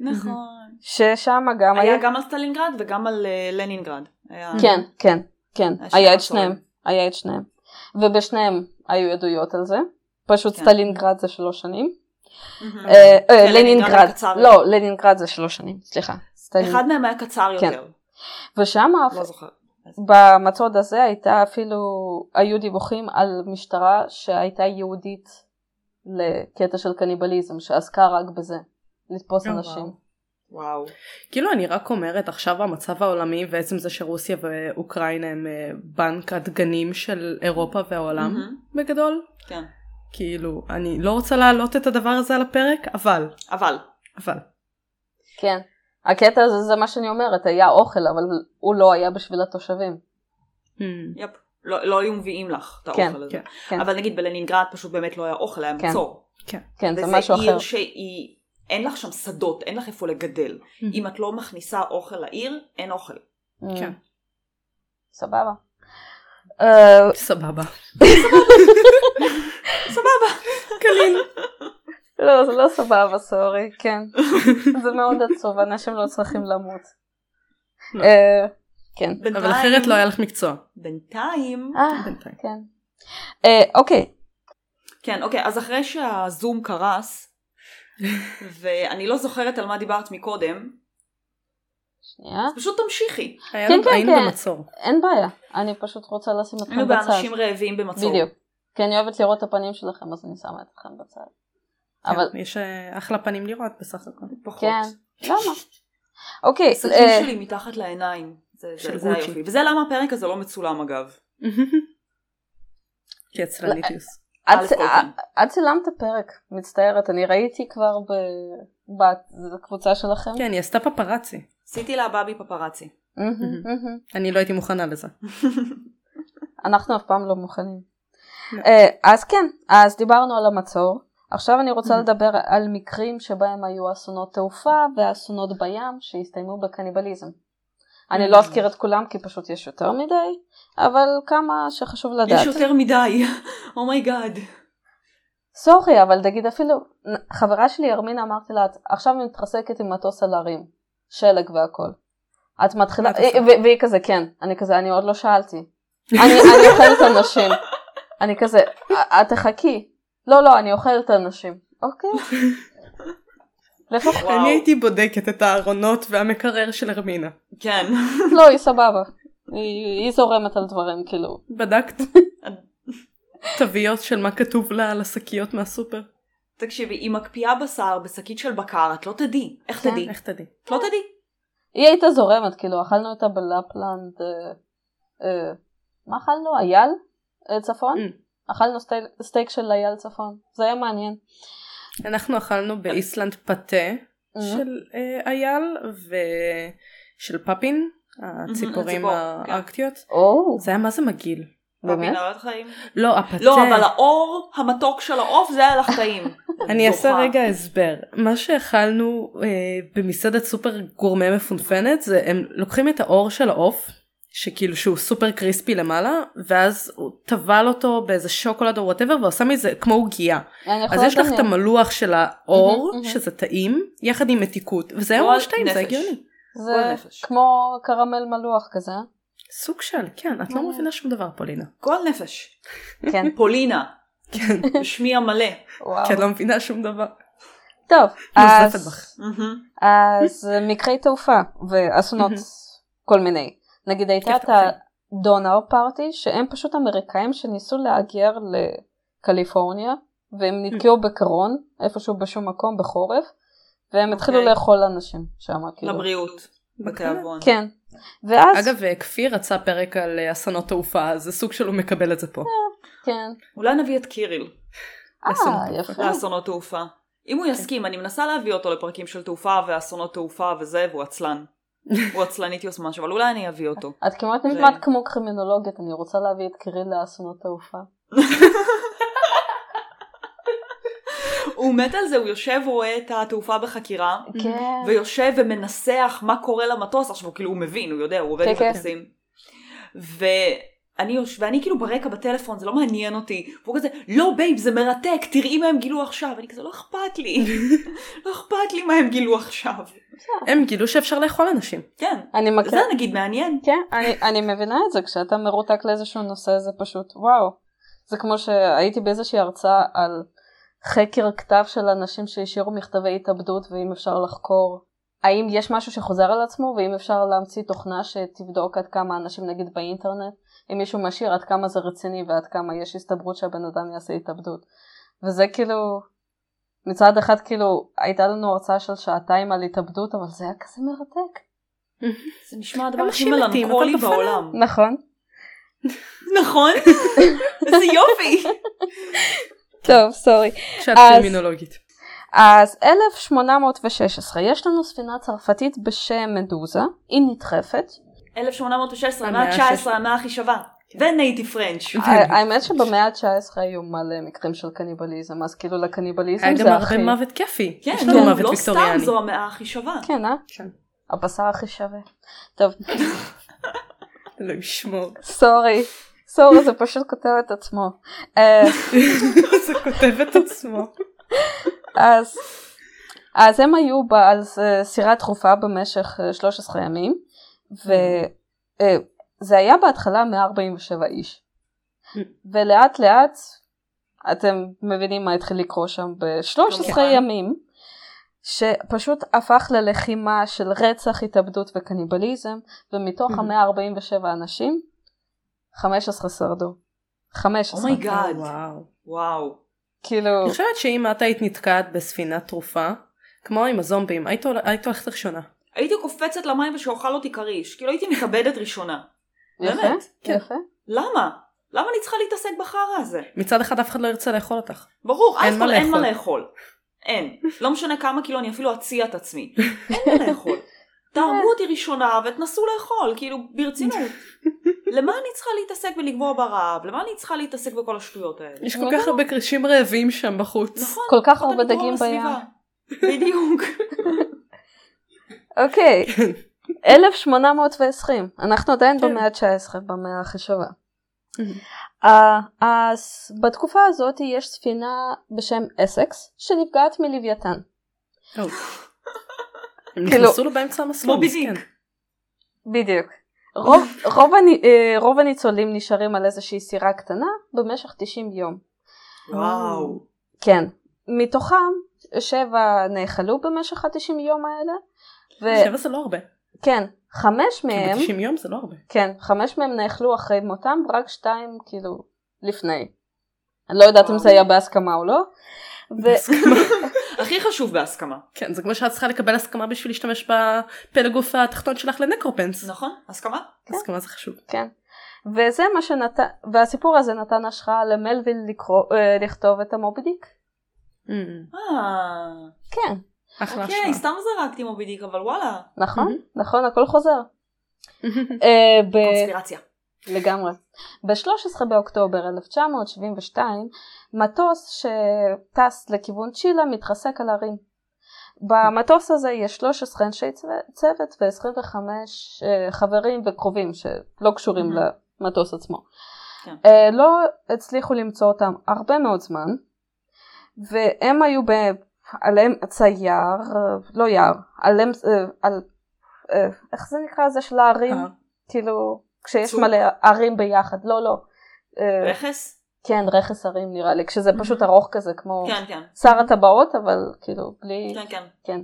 נכון.
ששם גם היה,
היה גם על סטלינגרד וגם על אה, לנינגרד. היה-
כן, כן, כן,
היה
היה
שני
את שניהם,
מצורים.
היה את שניהם. ובשניהם היו עדויות על זה. פשוט
כן.
סטלינגרד זה שלוש שנים.
מהמם.
אה, אה,
כן,
לנינגרד,
היה קצר
לא, לנינגרד זה שלוש שנים, סליחה. סטלינגרד.
אחד מהם היה קצר
כן.
יותר.
ושם אף-
לא זוכר.
במצוד הזה הייתה אפילו, היו דיווחים על משטרה שהייתה יהודית לקטע של קניבליזם, שעסקה רק בזה, לתפוס
אה,
אנשים.
וואו.
וואו.
כאילו אני רק אומרת עכשיו המצב העולמי ועצם זה שרוסיה ואוקראינה הם אה, בנק הדגנים של אירופה והעולם
מהמם.
בגדול.
כן.
כאילו אני לא רוצה להעלות את הדבר הזה על הפרק אבל
אבל.
אבל
כן. הקטע הזה זה מה שאני אומרת, היה אוכל, אבל הוא לא היה בשביל התושבים.
Hmm.
יפ. לא לא היו מביאים לך את
כן,
האוכל הזה.
כן,
כן.
אבל נגיד בלנינגרד פשוט באמת לא היה אוכל, היה
כן.
מצור.
כן.
כן, זה
וזה
משהו
עיר
אחר.
שהיא אין לך שם שדות, אין לך איפה לגדל. אם את לא מכניסה אוכל לעיר, אין אוכל.
כן.
סבבה. אה,
סבבה.
סבבה.
קליל.
לא, זה לא סבבה, סורי, כן. זה מאוד עצוב, אנשים לא צריכים למות.
לא.
אה, כן.
אבל אחרת לא היה לך מקצוע.
בינתיים.
אה,
בינתיים.
כן. אה, אוקיי,
כן, אוקיי, אז אחרי שהזום
(laughs)
קרס, ואני לא זוכרת על מה דיברת מקודם,
שנייה.
אז פשוט תמשיכי.
היה
כן,
לנו-
כן,
היינו
כן.
במצור.
אין בעיה, אני פשוט רוצה לשים
היינו
אתכם בצד.
באנשים רעבים במצור.
בדיוק. כי אני אוהבת לראות את הפנים שלכם, אז אני שמה אתכם בצד. אבל,
כן, יש אה, אחלה פנים לראות בסך הכל.
פחות.
כן, למה? אוקיי,
הסרטים
אה,
שלי מתחת לעיניים. זה,
של אה,
זה, זה
גוצ'י.
היופי. וזה למה הפרק הזה לא מצולם אגב.
כי עצלניטיוס.
את-
אלף כל
אה,
פעם.
את צילמת פרק, מצטערת, אני ראיתי כבר ב- בקבוצה שלכם.
כן, היא עשתה פפרצי.
עשיתי לה באבי פפרצי.
מהמם, מהמם.
אני לא הייתי מוכנה לזה.
אנחנו אף פעם לא מוכנים.
לא.
אה, אז כן, אז דיברנו על המצור. עכשיו אני
Mm-hmm.
רוצה
מהמם.
לדבר על מקרים שבהם היו אסונות תעופה ואסונות בים שהסתיימו בקניבליזם. אני לא
Mm.
מהמם.
אזכיר את כולם כי פשוט יש יותר מדי, אבל כמה שחשוב
יש
לדעת.
יותר מדי. (laughs) Oh אומייגאד.
סורי, אבל תגיד אפילו, חברה שלי ירמינה אמרתי לה, "את עכשיו מתרסקת עם מטוס על הרים, שלג והכל. את מתחילה,
מה את עושה?
ו- והיא כזה, כן, אני כזה, אני עוד לא שאלתי. אני, אני אוכלת אנשים. אני כזה, "א- את תחכי. לא, לא, אני אוכלת אנשים. אוקיי. לפחות,
וואו.
אני הייתי בודקת את הארונות והמקרר של הרמינה.
כן.
לא, היא סבבה. היא, היא זורמת על דברים, כאילו. (laughs)
בדקת? תוויות של מה כתוב לה על השקיות מהסופר?
תקשיבי, היא מקפיאה בשר בשקית של בקר, את לא תדעי. איך
כן,
תדעי?
איך תדעי?
את לא תדעי.
היא הייתה זורמת, כאילו, אכלנו אותה בלפלנד, אה, אה, מה אכלנו? אייל? אה, צפון?
Mm.
אכלנו סטייל, סטייק של אייל צפון, זה היה מעניין.
אנחנו אכלנו באיסלנד פתה
Mm.
של אה, אייל ושל פאפין,
Mm-hmm.
הציפורים
הציפור,
כן.
הארקטיות.
או,
זה היה מה זה מגעיל.
באמת?
מבינה, לא חיים.
לא, הפתה.
לא, אבל האור המתוק של העוף זה היה לך טעים.
(laughs) אני אעשה
זוכה.
רגע הסבר. מה שאכלנו אה, במסעדת סופר גורמה מפונפנת זה הם לוקחים את האור של העוף. שכאילו שהוא סופר קריספי למעלה ואז הוא טבל אותו באיזה שוקולד או וואטאבר ועושה מזה כמו עוגייה.
אני
אז
יכולה
יש לך את
לדמיין.
המלוח של האור
מהמם, מהמם.
שזה טעים יחד עם מתיקות וזה היה
גועל
ממש טעים זה
נפש.
הגיוני.
גועל
זה
נפש.
כמו קרמל מלוח כזה. אה? (laughs)
סוג של כן את לא
ממש.
מבינה שום דבר פולינה.
גועל נפש.
כן,
פולינה.
כן.
בשמי המלא.
(laughs)
וואו.
כי את לא מבינה שום דבר. (laughs)
טוב,
נוזפת
אז-
בך.
מהמם.
אז אה, מקרי תעופה ואסונות
מהמם.
כל מיני. נגיד הייתה
כיף
את
לכם.
הדונאו פארטי שהם פשוט אמריקאים שניסו להגר לקליפורניה והם נתקעו בקרון איפשהו בשום מקום בחורף והם התחילו
אוקיי.
לאכול אנשים שם כאילו.
לבריאות. בתיאבון.
כן. ואז
אגב אה, כפיר רצה פרק על אה, אסונות תעופה אז זה סוג של הוא מקבל את זה פה.
כן.
אולי נביא את קיריל
אסונות
אה,
תעופה.
יפה.
לאסונות תעופה. אם
כן.
הוא יסכים, אני מנסה להביא אותו לפרקים של תעופה ואסונות תעופה וזה, והוא עצלן. הוא עצלניטיוס משהו, אבל אולי אני אביא אותו.
את כמעט נשמעת כמו קרימינולוגית, אני רוצה להביא את קיריל לאסונות תעופה.
הוא מת על זה, הוא יושב, רואה את התעופה בחקירה,
כן.
ויושב ומנסח מה קורה למטוס, עכשיו הוא כאילו, הוא מבין, הוא יודע, הוא עובד
כן,
עם
כן.
מטוסים. ואני יוש... ואני כאילו ברקע בטלפון, זה לא מעניין אותי. והוא כזה, לא בייב, זה מרתק, תראי מה הם גילו עכשיו. אני כזה, לא
(laughs)
אכפת לי. לא אכפת לי מה הם גילו עכשיו.
אה.
הם גילו שאפשר לאכול אנשים.
כן,
אני
זה
מכירה.
נגיד מעניין.
כן, אני, אני מבינה את זה, כשאתה מרותק לאיזשהו נושא זה פשוט וואו. זה כמו שהייתי באיזושהי הרצאה על חקר כתב של אנשים שהשאירו מכתבי התאבדות ואם אפשר לחקור. האם יש משהו שחוזר על עצמו ואם אפשר להמציא תוכנה שתבדוק עד כמה אנשים נגיד באינטרנט, אם מישהו משאיר עד כמה זה רציני ועד כמה יש הסתברות שהבן אדם יעשה התאבדות. וזה כאילו, מצד אחד כאילו הייתה לנו הרצאה של שעתיים על התאבדות אבל זה היה כזה מרתק.
זה נשמע הדבר הכי
אנשים מתים, אבל
מלנכולי
בפניו.
בעולם.
נכון.
נכון? (laughs) איזה יופי.
טוב, סורי.
שאת
אז-
קרימינולוגית.
אז 1816, יש לנו ספינה צרפתית בשם מדוזה, היא נדחפת.
1816, המאה כן.
המאה
ה-19, המאה הכי שווה. ונייטי פרנץ'.
האמת שבמאה ה-19 היו מלא מקרים של קניבליזם, אז כאילו לקניבליזם
היה גם
זה
הרבה
הכי...
מוות כיפי.
כן,
יש לנו
לא,
מוות
לא סתם
ויקטוריאני.
זו המאה הכי שווה.
כן, אה?
כן.
הבשר הכי שווה. טוב,
לא
(laughs)
ישמור.
סורי. סורי, זה פשוט כותב את עצמו. אה,
זה כותב את עצמו.
Oh
אז, אז הם היו ב- על ס- סירה דחופה במשך אה, 13 ימים,
אוקיי.
וזה היה בהתחלה 147 איש.
Mm.
אה.
ולאט לאט אתם מבינים מה התחיל לקרות שם ב-13
כמובן.
ימים, שפשוט הפך ללחימה של רצח, התאבדות וקניבליזם, ומתוך
אה.
Mhm.
ה-147 אנשים, 15 שרדו. 15.
אומייגאד. גאד.
וואו.
וואו.
כאילו,
אני חושבת שאם את היית נתקעת בספינת תרופה, כמו עם הזומבים, היית הול- היית הולכת ראשונה.
הייתי קופצת למים ושאוכל אותי כריש. כאילו הייתי מתאבדת ראשונה. באמת?
יפה,
כן.
יפה.
למה? למה אני צריכה להתעסק בחרא הזה?
מצד אחד אף אחד לא ירצה לאכול אותך.
ברור,
אין
אף
מה
אחד אין מה
לאכול.
לאכול. אין. לא משנה כמה כאילו אני אפילו אציע את
(laughs)
עצמי. אין מה לאכול. תהרגו אותי ראשונה ותנסו לאכול, כאילו ברצינות. למה אני צריכה להתעסק בלגבור ברעב? למה אני צריכה להתעסק בכל השטויות האלה?
יש כל כך הרבה קרשים רעבים שם בחוץ.
לא, נכון,
כל כך
לפחות
הרבה
אני
דגים
אתרום
בים.
לסביבה.
(laughs)
בדיוק.
(laughs)
אוקיי,
כן.
1820, אנחנו עדיין
כן.
במאה ה-19, במאה הכי שווה.
Mhm.
אה, אז בתקופה הזאת יש ספינה בשם אסקס, שנפגעת מלוויתן.
אוי. הם
כאילו-
נכנסו לו באמצע המסלול. כן.
מובי
מסכן.
דיק.
בדיוק. רוב, רוב, הני- אה, רוב הניצולים נשארים על איזושהי סירה קטנה במשך 90 יום.
וואו.
כן. מתוכם שבע נאכלו במשך ה-90 יום האלה,
שבע זה לא הרבה.
וכן, חמש מהם,
90 יום זה לא הרבה.
כן, חמש מהם נאכלו אחרי מותם, ורק שתיים כאילו לפני. אני לא יודעת אם זה היה בהסכמה או לא. ו-
בהסכמה.
הכי חשוב בהסכמה.
כן, זה כמו שאת צריכה לקבל הסכמה בשביל להשתמש בפלג גוף התחתון שלך לנקרופנס.
נכון? הסכמה?
הסכמה זה חשוב.
כן. וזה מה שנתן, והסיפור הזה נתן השראה למלוויל לקרוא, אה, לכתוב את המובידיק.
אה...
כן.
Mm. אחלה
אוקיי,
השוואה.
סתם זרקתי מובי דיק, אבל וואלה.
נכון, נכון, הכל חוזר. אה, ב-
קונספירציה.
לגמרי. ב-13 באוקטובר 1972, מטוס שטס לכיוון צ'ילה מתרסק על הרים. במטוס הזה יש 13 אנשי צו- צוות ו-25 uh, חברים וקרובים שלא קשורים
מהמם.
למטוס עצמו.
כן.
אה, לא הצליחו למצוא אותם הרבה מאוד זמן, והם היו ב... על אמצע יער, אה, לא יער, על אמצע, אה, על... אה, איך זה נקרא זה של הערים?
אה,
כאילו, כשיש
צוק?
מלא ערים ביחד, לא, לא. אה,
רכס?
כן, רכס ערים נראה לי, כשזה פשוט
Mhm.
ארוך כזה, כמו
כן, כן.
שר הטבעות, אבל כאילו, בלי...
כן, כן.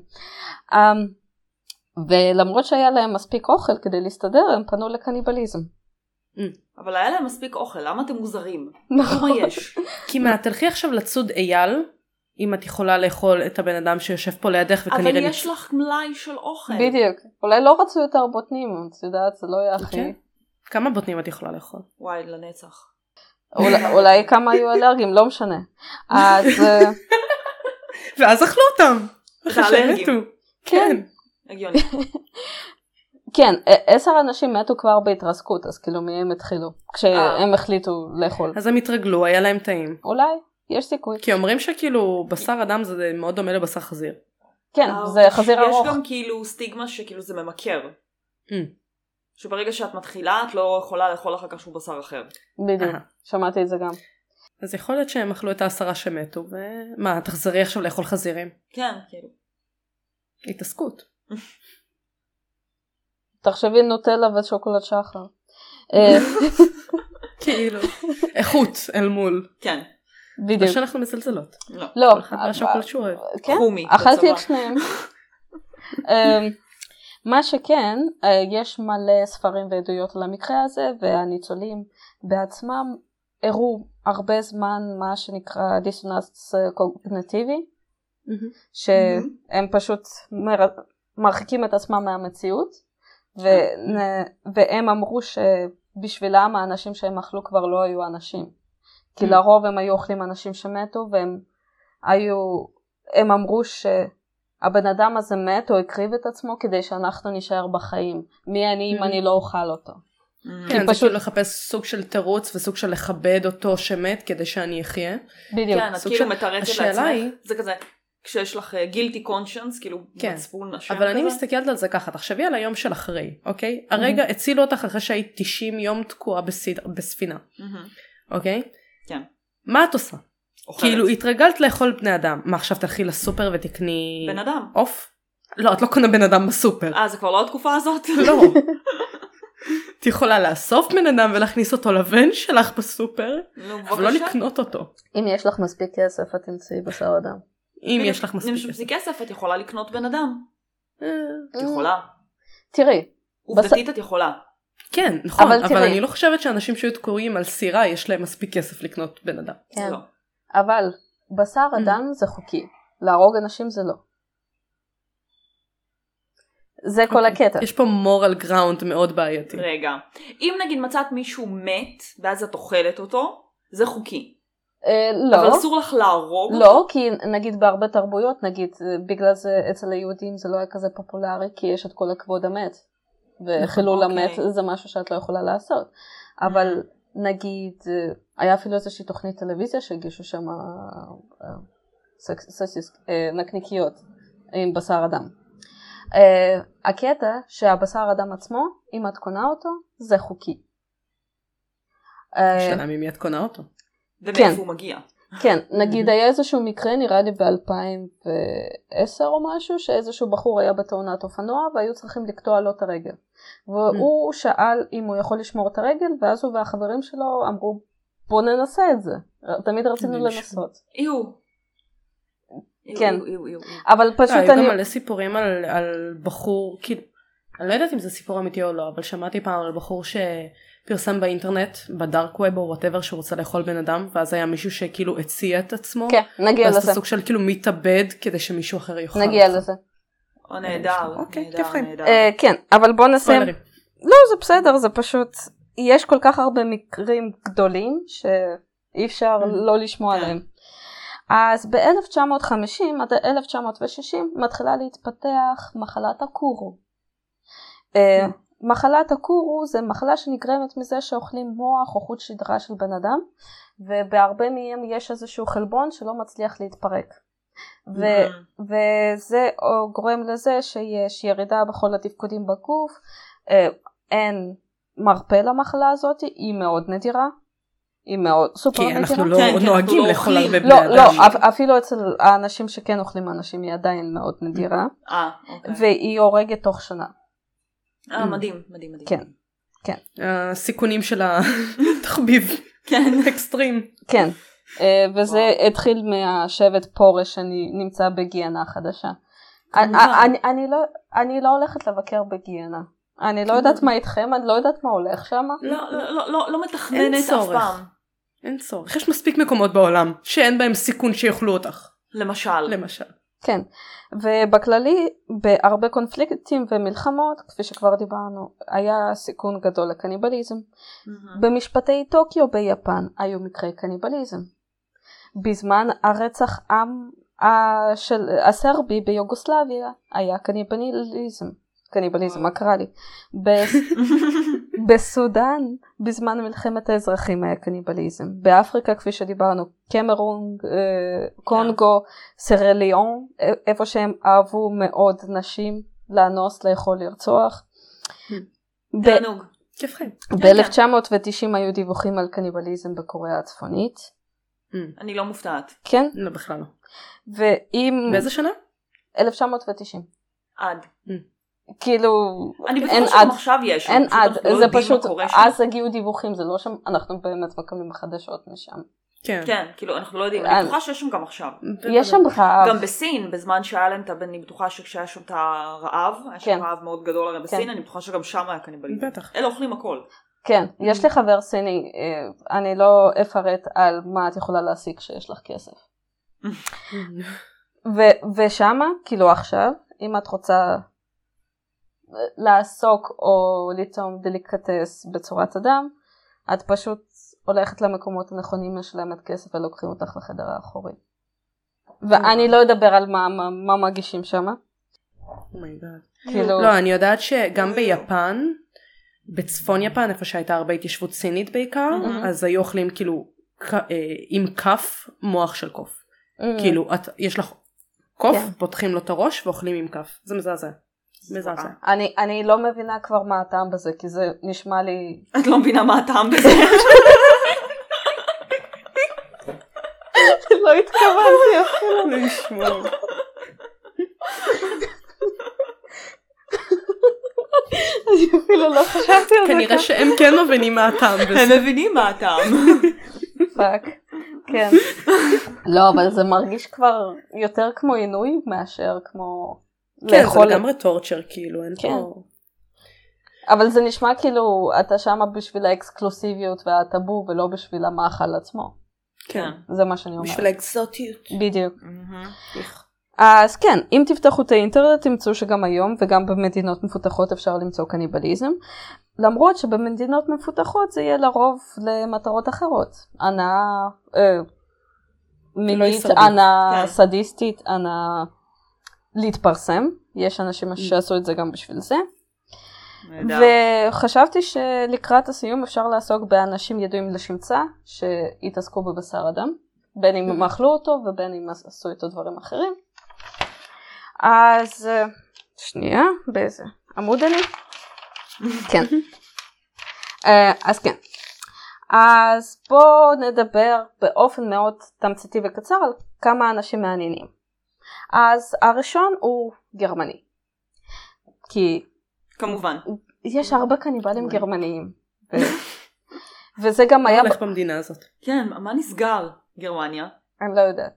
אמ, ולמרות שהיה להם מספיק אוכל כדי להסתדר, הם פנו לקניבליזם.
אבל היה להם מספיק אוכל, למה אתם מוזרים?
נכון.
מה (laughs) יש?
כמעט, תלכי עכשיו לצוד אייל, אם את יכולה לאכול את הבן אדם שיושב פה לידך
אבל
וכנראה...
יש לך מלאי של אוכל.
בדיוק. אולי לא רצו יותר בוטנים, את יודעת, זה לא היה
כן.
הכי...
כמה בוטנים את יכולה לאכול?
וואי,
(laughs)
לנצח.
אולי- אולי כמה היו אלרגיים, לא משנה. אז אה,
ואז אכלו אותם! אחרי שהם
ואלרגים.
מתו.
כן,
כן.
הגיוני.
כן, ע- עשר אנשים מתו כבר בהתרסקות, אז כאילו מי הם התחילו? כשהם החליטו לאכול.
אז הם התרגלו, היה להם טעים.
אולי, יש סיכוי.
כי אומרים שכאילו בשר אדם זה מאוד דומה לבשר חזיר.
(laughs) כן,
אה,
זה חזיר ארוך.
יש גם כאילו סטיגמה שכאילו זה ממכר.
Mm.
שברגע שאת מתחילה, את לא יכולה לאכול אחר כך שום בשר אחר.
בדיוק,
אהה.
שמעתי את זה גם.
אז יכול להיות שהם אכלו את העשרה שמתו, ומה, תחזרי עכשיו לאכול חזירים?
כן, כאילו.
התעסקות.
תחשבי נוטלה ושוקולד
(laughs)
שחר. אה,
כאילו. איכות אל מול.
כן.
לא
בדיוק.
שאנחנו מזלזלות.
לא.
לא,
כל אחד והשוקולד שהוא אוהב.
כן,
חומי,
אכלתי
בצבא.
את
(laughs)
שניהם. אמ, מה שכן, אה, יש מלא ספרים ועדויות על המקרה הזה, והניצולים בעצמם הראו הרבה זמן מה שנקרא דיסוננס אה, קוגנטיבי, שהם
Mm-hmm.
פשוט מר- מרחיקים את עצמם מהמציאות,
כן.
ו- והם אמרו שבשבילם האנשים שהם אכלו כבר לא היו אנשים. כי
Mm-hmm.
Mm.
לרוב הם היו אוכלים אנשים שמתו, והם היו, הם אמרו שהבן אדם הזה מת או הקריב את עצמו כדי שאנחנו נישאר בחיים. מי אני אם
Mm-hmm.
Mm.
Mm.
אני לא אוכל אותו.
כן, זה
פשוט-
כאילו לחפש סוג של תירוץ וסוג של לכבד אותו שמת כדי שאני אחיה.
בדיוק.
כן, את
סוג
כאילו
של-
מתרצת
השאלה היא-
לעצמך. זה כזה, כשיש לך גילטי קונשנס, כאילו
כן.
מצפון אשם
אבל אני
כזה.
מסתכלת על זה ככה, תחשבי על היום של אחרי, אוקיי? הרגע הצילו אותך אחרי שהיית 90 יום תקועה בסד- בספינה,
מהמם.
אוקיי?
כן.
מה את עושה?
אוכלת.
כאילו התרגלת לאכול בני אדם, מה עכשיו תלכי לסופר ותקני
בן אדם.
עוף? לא, את לא קונה בן אדם בסופר.
אה, זה כבר לא התקופה הזאת?
לא. את יכולה לאסוף בן אדם ולהכניס אותו לבן שלך בסופר,
(laughs) נו,
אבל לא
בבקשה.
לקנות אותו.
אם יש לך מספיק כסף את תמצאי בשר אדם.
אם יש לך מספיק
אם יש
כסף.
לך כסף, את יכולה לקנות בן אדם.
אה,
את יכולה.
תראי,
עובדתית את יכולה.
כן, נכון,
אבל
אבל
תראי.
אני לא חושבת שאנשים שהיו תקועים על סירה יש להם מספיק כסף לקנות בן אדם.
כן.
לא.
אבל בשר
Mm.
אדם זה חוקי, להרוג אנשים זה לא. זה כל
אוקיי.
הקטע.
יש פה מורל גראונד מאוד בעייתי.
רגע. אם נגיד מצאת מישהו מת, ואז את אוכלת אותו, זה חוקי.
אה,
אבל
לא,
אסור לך להרוג.
לא, כי נגיד בהרבה תרבויות, נגיד אה, בגלל זה אצל היהודים זה לא היה כזה פופולרי, כי יש את כל הכבוד המת. וחילול
אוקיי. Mm-hmm.
המת זה משהו שאת לא יכולה לעשות. אבל נגיד, אה, היה אפילו איזושהי תוכנית טלוויזיה שהגישו שם אה, נקניקיות עם בשר אדם. אה, הקטע שהבשר אדם עצמו, אם את קונה אותו, זה חוקי. אה,
השאלה ממי את קונה אותו.
ומאיפה
כן.
הוא מגיע.
כן,
Mhm.
נגיד היה איזשהו מקרה, נראה לי ב-2010 או משהו, שאיזשהו בחור היה בתאונת אופנוע והיו צריכים לקטוע לו את הרגל.
Mhm.
והוא שאל אם הוא יכול לשמור את הרגל, ואז הוא והחברים שלו אמרו, בוא ננסה את זה. תמיד רצינו
כדי לשמור.
לנסות.
איו.
כן.
איו, איו, איו, איו.
אבל פשוט
אה, היו גם
אני...
מלא סיפורים על, על בחור, כאילו, אני לא יודעת אם זה סיפור אמיתי או לא, אבל שמעתי פעם על בחור שפרסם באינטרנט, בדארק ווב או וואטאבר, שהוא רוצה לאכול בן אדם, ואז היה מישהו שכאילו הציע את עצמו.
כן, נגיע
ואז אתה
לזה.
סוג של כאילו מתאבד כדי שמישהו אחר יאכל.
נגיע
אותך.
לזה.
או נהדר,
אוקיי, כיף
נהדר,
חיים.
נהדר.
אה, כן, אבל בוא נסיים.
ספוילרים.
לא, זה בסדר, זה פשוט... יש כל כך הרבה מקרים גדולים שאי אפשר לא לשמוע
כן.
עליהם. אז ב-1950 עד 1960 מתחילה להתפתח מחלת הקורו. אה, מחלת הקורו זה מחלה שנגרמת מזה שאוכלים מוח או חוט שדרה של בן אדם, ובהרבה מהם יש איזשהו חלבון שלא מצליח להתפרק. ו-
מהמם.
וזה או- גורם לזה שיש ירידה בכל התפקודים בגוף, אה, אין מרפא למחלה הזאת, היא מאוד נדירה, היא מאוד סופר
כי
נדירה.
אנחנו לא
כן, כן,
נוהגים
אנחנו לא
לאכול
אוכלים.
הרבה בני
לא,
אדם.
לא, אפ- אפילו אצל האנשים שכן אוכלים אנשים היא עדיין מאוד נדירה,
אה, אוקיי.
והיא הורגת תוך שנה.
אה, מדהים, מדהים, מדהים.
כן.
הסיכונים של (laughs) התחביב (laughs)
כן.
אקסטרים.
כן, אה, וזה התחיל מהשבט פורש שנמצא בגיאנה החדשה.
כמובן.
אני- אני- אני לא- אני לא הולכת לבקר בגיאנה. אני לא יודעת מה איתכם, אני לא יודעת מה הולך שם.
לא, לא, לא, לא, לא מתכננת
אין
אף
צורך.
פעם.
אין צורך. יש מספיק מקומות בעולם שאין בהם סיכון שיאכלו אותך,
למשל.
למשל.
כן, ובכללי, בהרבה קונפליקטים ומלחמות, כפי שכבר דיברנו, היה סיכון גדול לקניבליזם.
מהמם.
במשפטי טוקיו ביפן היו מקרי קניבליזם. בזמן הרצח עם אה, של הסרבי ביוגוסלביה היה קניבליזם. קניבליזם, מה קרה לי? בס- בסודאן בזמן מלחמת האזרחים היה קניבליזם. באפריקה כפי שדיברנו, קמרון, אה, קונגו, סרליון, אה, איפה שהם אהבו מאוד נשים לאנוס, לאכול, לרצוח. ב-
תענוג.
כיף חיים.
לא,
ב-1990 היו דיווחים על קניבליזם בקוריאה הצפונית,
אני לא מופתעת.
כן?
לא בכלל לא.
ואם...
באיזה שנה?
1990.
עד.
כאילו,
אני בטוחה
אין
שגם
עד.
עכשיו יש.
אין
פשוט
עד,
אנחנו לא יודעים
זה
מה
פשוט,
קורה שם.
אז הגיעו דיווחים, זה לא שם, אנחנו באמת מקבלים חדשות משם.
כן.
כן, כאילו, אנחנו לא יודעים.
אה.
אני בטוחה שיש שם גם עכשיו.
יש שם רעב,
גם בסין, בזמן שהיה להם את הבן, אני בטוחה שכשהיה שם את הרעב, היה שם
כן.
רעב מאוד גדול הרי
כן.
בסין, אני בטוחה שגם שם היה קניבליזם.
בטח.
אלה אוכלים הכל.
כן, יש לי חבר סיני, אה, אני לא אפרט על מה את יכולה להשיג כשיש לך כסף.
Mm-hmm.
ו- ושמה, כאילו עכשיו, אם את רוצה אה, לעסוק או לטעום דליקטס בצורת אדם, את פשוט הולכת למקומות הנכונים, משלמת כסף ולוקחים אותך לחדר האחורי. ואני לא אדבר על מה, מה, מה מגישים שם,
Oh my God.
לא,
כאילו,
לא, אני יודעת שגם ביפן, בצפון יפן איפה שהייתה הרבה התיישבות סינית בעיקר
Mhm.
אז היו אוכלים כאילו ק- אה, עם כף מוח של קוף
Mm.
כאילו את יש לך קוף
כן.
פותחים לו את הראש ואוכלים עם כף זה מזעזע. מזעזע.
אני, אני לא מבינה כבר מה הטעם בזה, כי זה נשמע לי...
את לא מבינה מה
(laughs)
הטעם בזה.
לא התכוונתי אפילו. אני אפילו לא חשבתי על זה.
כנראה שהם כן מבינים מה הטעם בזה.
הם מבינים
(laughs)
מה הטעם.
פאק. כן. לא, אבל זה מרגיש כבר יותר כמו עינוי מאשר כמו
כן זה
לאכול.
לגמרי טורצ'ר כאילו אין
כן.
פה.
אבל זה נשמע כאילו אתה שמה בשביל האקסקלוסיביות והטאבו ולא בשביל המאכל עצמו.
כן.
זה מה שאני אומרת.
בשביל האקזוטיות.
בדיוק.
מהמם.
אז כן, אם תפתחו את האינטרנט תמצאו שגם היום וגם במדינות מפותחות אפשר למצוא קניבליזם. למרות שבמדינות מפותחות זה יהיה לרוב למטרות אחרות. הנאה אה, מינית,
הישרדות,
הנאה
כן.
סדיסטית, הנאה להתפרסם. יש אנשים שעשו את זה גם בשביל זה.
נהדר.
וחשבתי שלקראת הסיום אפשר לעסוק באנשים ידועים לשמצה שהתעסקו בבשר אדם, בין אם הם אכלו אותו ובין אם עשו איתו דברים אחרים. אז אה, שנייה, באיזה עמוד אני? כן. אה, אז כן. אז בואו נדבר באופן מאוד תמציתי וקצר על כמה אנשים מעניינים. אז הראשון הוא גרמני. כי
כמובן.
יש הרבה קניבלים גרמניים. ו- וזה גם היה,
הולך במדינה הזאת.
כן, מה נסגר? גרמניה.
אני לא יודעת.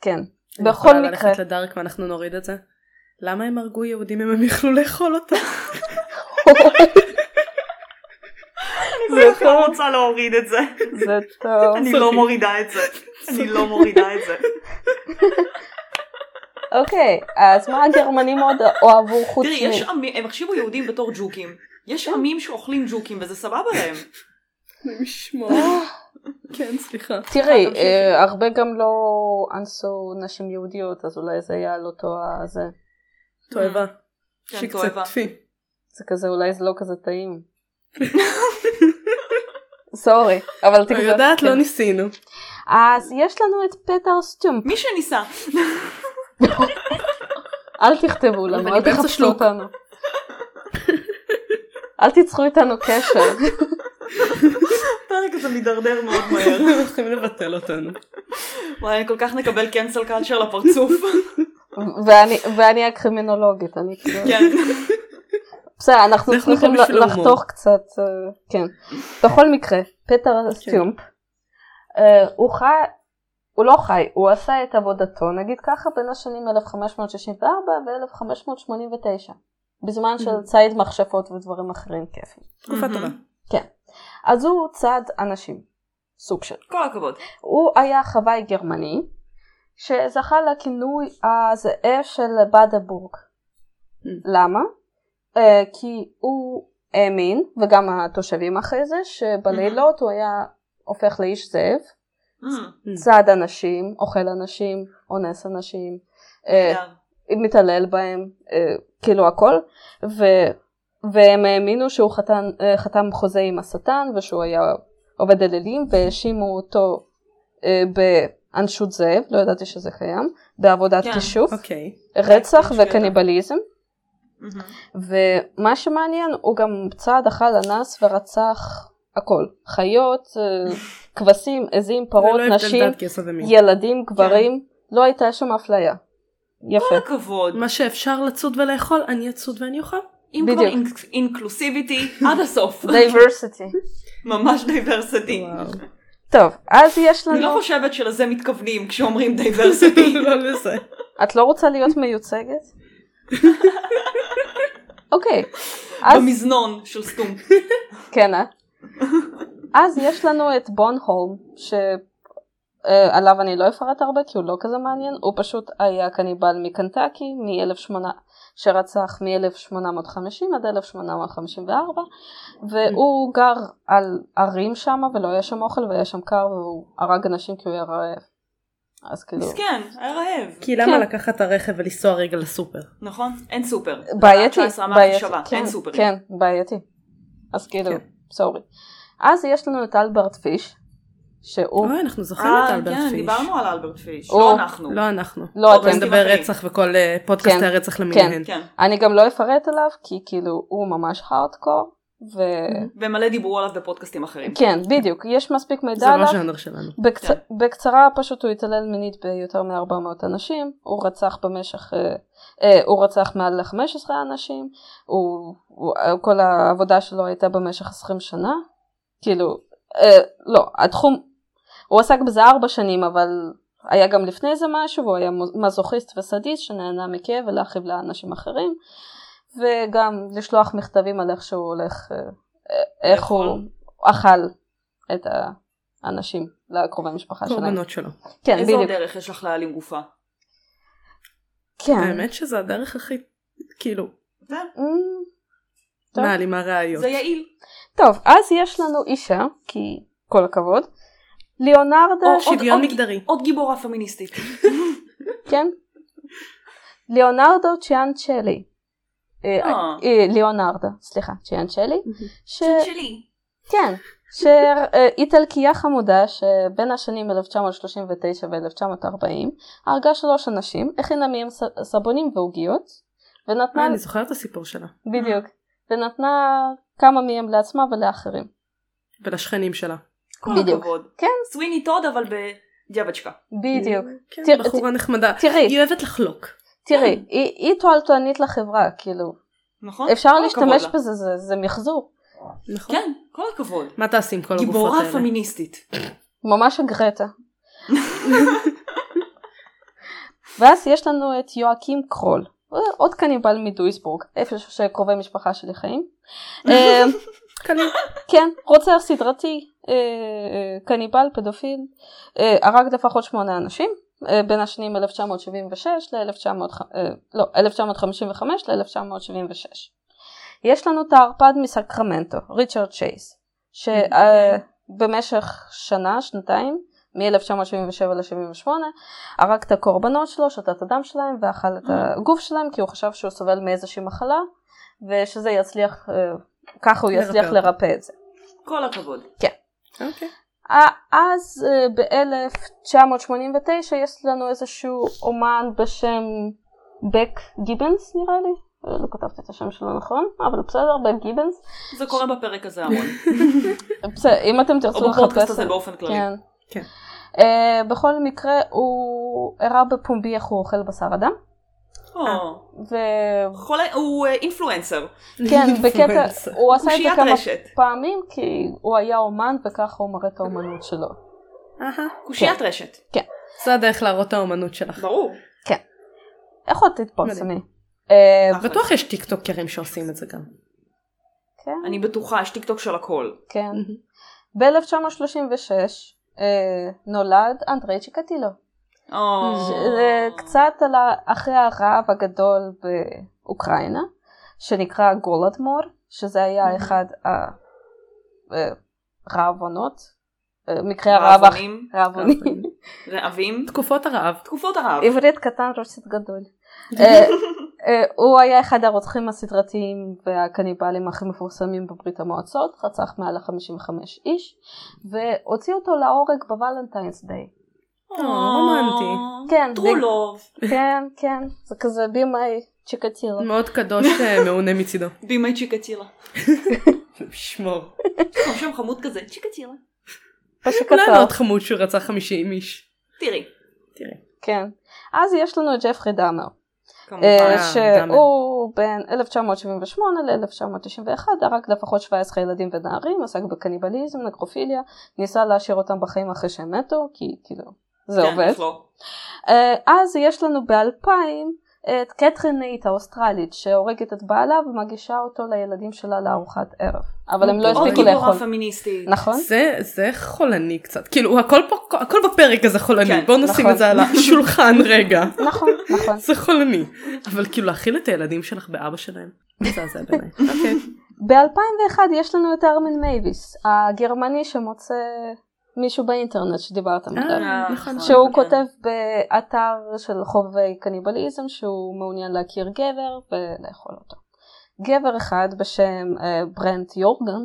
כן,
אני
בכל
יכולה
מקרה.
ללכת לדארק ואנחנו נוריד את זה. למה הם הרגו יהודים אם הם יכלו לאכול אותם?
אני כל כך לא רוצה להוריד את זה.
זה טוב.
אני לא
(laughs)
מורידה את זה. אני לא מורידה את זה.
אוקיי, אז מה הגרמנים עוד אוהבו חוץ
תראי, יש
מ... כן.
עמים, הם החשיבו יהודים בתור ג'וקים. יש עמים שאוכלים ג'וקים וזה סבבה להם.
כן סליחה.
תראי,
תמשיכי.
אה, הרבה גם לא אנסו נשים יהודיות, אז אולי זה היה על אותו ה- זה.
תועבה.
כן,
שהיא קצת
תועבה.
טפי.
זה כזה, אולי זה לא כזה טעים. סורי, אבל
לא
תגזור.
יודעת לא
כן.
ניסינו.
אז יש לנו את פטר סטומפ,
מי שניסה.
אל תכתבו לנו,
אני
אל
באמצע
תחפשו
שלוק.
אותנו. אל תיצרו איתנו קשר.
הפרק הזה מידרדר (laughs) מאוד
(laughs)
מהר.
הם הולכים לבטל אותנו.
וואי, אני כל כך נקבל קנסל קלצ'ר לפרצוף.
ואני- ואני הקרימינולוגית, אני כאילו...
כן.
בסדר, אנחנו
אנחנו
צריכים
פה בשביל
ל-
ההומור.
לחתוך קצת, אה, כן. בכל מקרה,
כן.
פטר סטיומפ, אה, הוא חי, הוא לא חי, הוא עשה את עבודתו, נגיד ככה, בין השנים 1564 ו-1589, בזמן
Mm-hmm.
של ציד מכשפות ודברים אחרים כיפים. כן.
תקופה טובה.
אז הוא צד אנשים, סוג של.
כל הכבוד.
הוא היה חוואי גרמני שזכה לכינוי הזאב של בדבורג. למה? אה, כי הוא האמין, וגם התושבים אחרי זה, שבלילות הוא היה הופך לאיש זאב,
אה,
צד אנשים, אוכל אנשים, אונס אנשים, אה,
נהדר.
מתעלל בהם, אה, כאילו הכל, ו, והם האמינו שהוא חתן, אה, חתם חוזה עם השטן ושהוא היה עובד אלילים והאשימו אותו אה, באנשות זאב, לא ידעתי שזה קיים, בעבודת
כן,
כישוף,
אוקיי.
רצח
כן, שטח.
וקניבליזם,
מהמם.
ומה שמעניין הוא גם צעד אכל אנס ורצח הכל, חיות,
(laughs)
אה, כבשים, עזים, פרות,
זה לא הבדל
נשים,
דת, כן. גזע ומין.
ילדים, גברים, לא הייתה שם אפליה. יפה.
כל
(laughs)
הכבוד.
מה שאפשר לצוד ולאכול אני אצוד ואני אוכל.
אם כבר
בדיוק.
אינק- אינקלוסיביטי, עד הסוף.
דייברסיטי.
ממש דייברסיטי.
טוב, אז יש
אני לא
לנו...
חושבת שלזה מתכוונים כשאומרים דייברסיטי.
(laughs) לא לזה.
את לא רוצה להיות
(laughs)
מיוצגת? אוקיי,
לא
אז...
במזנון של סטום.
כן, אה? אז יש לנו את בון הולם, שעליו אני לא אפרט הרבה כי הוא לא כזה מעניין, הוא פשוט היה קניבל מקנטקי, מ-1800, שרצח מ-1850 עד 1854, והוא גר על ערים שם ולא היה שם אוכל והיה שם קר והוא הרג אנשים כי הוא היה רעב. אז כאילו,
מסכן, כן, היה רעב.
כי למה
כן.
לקחת את הרכב ולנסוע רגע לסופר?
נכון? אין סופר.
בעייתי,
19 אמרתי
בעייתי,
שווה,
כן,
אין סופרים.
כן, בעייתי. אז כאילו,
כן.
סורי. אז יש לנו את אלברט פיש, שהוא,
אוי, אנחנו זוכרים
אה,
את אלברט
כן,
פיש.
דיברנו על אלברט פיש.
או.
לא אנחנו.
לא אנחנו.
לא
אנחנו
אתם.
אתם,
נדבר
אחרים.
רצח וכל אה, פודקאסט
כן,
הרצח למיניהן.
כן.
אני גם לא אפרט עליו, כי כאילו הוא ממש הארדקור, וכן,
ומלא דיברו עליו בפודקאסטים אחרים.
כן, בדיוק, יש מספיק מידע
זה
עליו.
לא ז'אנר שלנו.
בקצ...
כן.
בקצרה פשוט הוא התעלל מינית ביותר מ-400 אנשים, הוא רצח במשך, אה, אה, הוא רצח מעל ל-15 אנשים, הוא, הוא, אה, כל העבודה שלו הייתה במשך 20 שנה, כאילו, אה, לא, התחום, הוא עסק בזה 4 שנים אבל היה גם לפני זה משהו, והוא היה מוז- מזוכיסט וסדיסט שנהנה מכאב ולהכאיב לאנשים אחרים, וגם לשלוח מכתבים על איך שהוא הולך, אה, אה, איך הוא
לאכול.
אכל את האנשים, לקרובי משפחה שלהם.
קורבנות שלו.
כן,
איזה עוד
בדיוק.
דרך יש לך להעלים גופה?
כן.
האמת שזה הדרך הכי, כאילו,
זה-
אמ, טוב.
מעלימה ראיות.
זה יעיל.
טוב, אז יש לנו אישה, כי כל הכבוד, ליאונרדה,
או, עוד-
שוויון
עוד-
מגדרי.
עוד גיבורה פמיניסטית.
כן? ליאונרדו צ'יאנצ'לי. אה,
אה.
אה, ליאונרדה, סליחה, צ'יאנצ'לי. ש...
שלי.
כן, שאיטלקיה חמודה שבין השנים 1939 ו-1940 הרגה שלוש אנשים, הכינה מהם ס- סבונים ועוגיות,
אה,
ונתנה,
אני זוכרת את הסיפור שלה.
בדיוק, ונתנה כמה מהם לעצמה ולאחרים.
ולשכנים שלה.
כל
בדיוק.
הכבוד.
כן.
סוויני טוד אבל בג'בצ'קה.
בדיוק.
כן,
תראה-
בחורה נחמדה.
תראי,
היא אוהבת לחלוק.
תראי, היא היא תועלתנית לחברה, כאילו,
נכון?
אפשר
כל הכבוד
להשתמש
לה.
בזה, זה- זה מחזור.
נכון?
כן, כל הכבוד.
לא
מה תעשי עם כל הגופות
גיבורה
האלה?
פמיניסטית.
ממש
(laughs)
גרטה. ואז יש לנו את יואקים קרול, אה, עוד קניבל מדויסבורג, איפה שקרובי משפחה שלי
(laughs)
חיים. אה,
קליל.
כן, רוצח סדרתי, אה, אה, קניבל, פדופיל, אה, הרג לפחות שמונה אנשים. אה, בין השנים 1976 ל-1955 אה, לא, 1955 ל-1976. יש לנו את הערפד מסקרמנטו, ריצ'רד צ'ייס, שבמשך שנה, שנתיים, מ-1977 ל-78, הרג את הקורבנות שלו, שתה את הדם שלהם ואכל את
אה.
הגוף שלהם כי הוא חשב שהוא סובל מאיזושהי מחלה ושזה יצליח, אה, ככה הוא יצליח
לרפא אותו.
לרפא את זה.
כל הכבוד.
אוקיי.
אה, אז אה, ב-1989 יש לנו איזשהו אומן בשם בק גיבנס נראה לי, אה, לא כתבתי את השם שלו נכון, אבל בסדר, בק גיבנס.
זה קורה בפרק הזה
(laughs)
המון.
בסדר, אם אתם
או
תרצו
בפודקאסט הזה באופן כללי.
כן.
כן.
אה, בכל מקרה הוא הראה בפומבי איך הוא אוכל בשר אדם,
או,
אה.
(laughs)
וכן,
חולה- הוא אה, אינפלואנסר.
כן,
כן,
(laughs)
בקטע, הוא עשה את זה
קושיית
כמה
רשת.
פעמים כי הוא היה אומן וככה הוא מראה את האומנות שלו.
אהה.
כן.
קושיית רשת.
זה הדרך להראות את האומנות שלך.
ברור.
איך עוד תתפרסמי? אה,
אחלה.
בטוח יש טיקטוקרים שעושים את זה גם.
כן.
אני בטוחה, יש טיקטוק של הכל.
כן.
מהמם.
ב-1936 אה, נולד אנדרי צ'יקטילו.
או.
זה קצת על ה- אחרי הרעב הגדול באוקראינה, שנקרא גולדמור, שזה היה אחד אה, הרעבונות, מקרי אה, הרעב הכי-
רעבונים,
רעבונים.
רעבים,
(laughs) תקופות הרעב.
תקופות הרעב.
עברית קטן רוסית גדול. אה, אה, הוא היה אחד הרוצחים הסדרתיים והקניבלים הכי מפורסמים בברית המועצות, רצח מעל ל-55 איש, והוציא אותו להורג בוולנטיינס דיי.
או,
רומנטי.
כן,
טרו
זה-
לוב,
כן, כן, זה כזה בימי
(laughs)
צ'יקטילו.
מאוד קדוש (laughs) אה, מעונה מצידו.
בימי צ'יקטילה.
שמור.
יש לו שם חמוד כזה, צ'יקטילה.
פשוט
אולי לא.
קצר.
מאוד חמוד שהוא רצח 50 איש.
תראי,
אה, כן. אז יש לנו את ג'פרי דאמר,
כמובן.
אה,
אה,
שהוא בין 1978 ל-1991 הרג לפחות 17 ילדים ונערים, עסק בקניבליזם, נקרופיליה, ניסה להשאיר אותם בחיים אחרי שהם מתו, כי כאילו זה
כן,
עובד.
איך לא?
אה, אז יש לנו ב-2000 את קתרין נייט האוסטרלית שהורגת את בעלה ומגישה אותו לילדים שלה לארוחת ערב. אבל הם לא
עוד
עוד
הספיקו
גיבורה
לאכול.
פמיניסטית.
נכון?
זה, זה חולני קצת. כאילו הכל פה, הכל בפרק הזה חולני.
כן,
בואו נשים
נכון.
את זה על השולחן (laughs) רגע.
נכון, נכון.
זה חולני. אבל כאילו להאכיל את הילדים שלך באבא שלהם. מזעזע בעיניי.
(laughs)
אוקיי.
ב-2001 יש לנו את ארמן מייביס, הגרמני שמוצא מישהו באינטרנט שדיברתם עליו.
אה, נכון.
שהוא
כן.
כותב באתר של חובבי קניבליזם שהוא מעוניין להכיר גבר ולאכול אותו. גבר אחד בשם אה, ברנט יורגן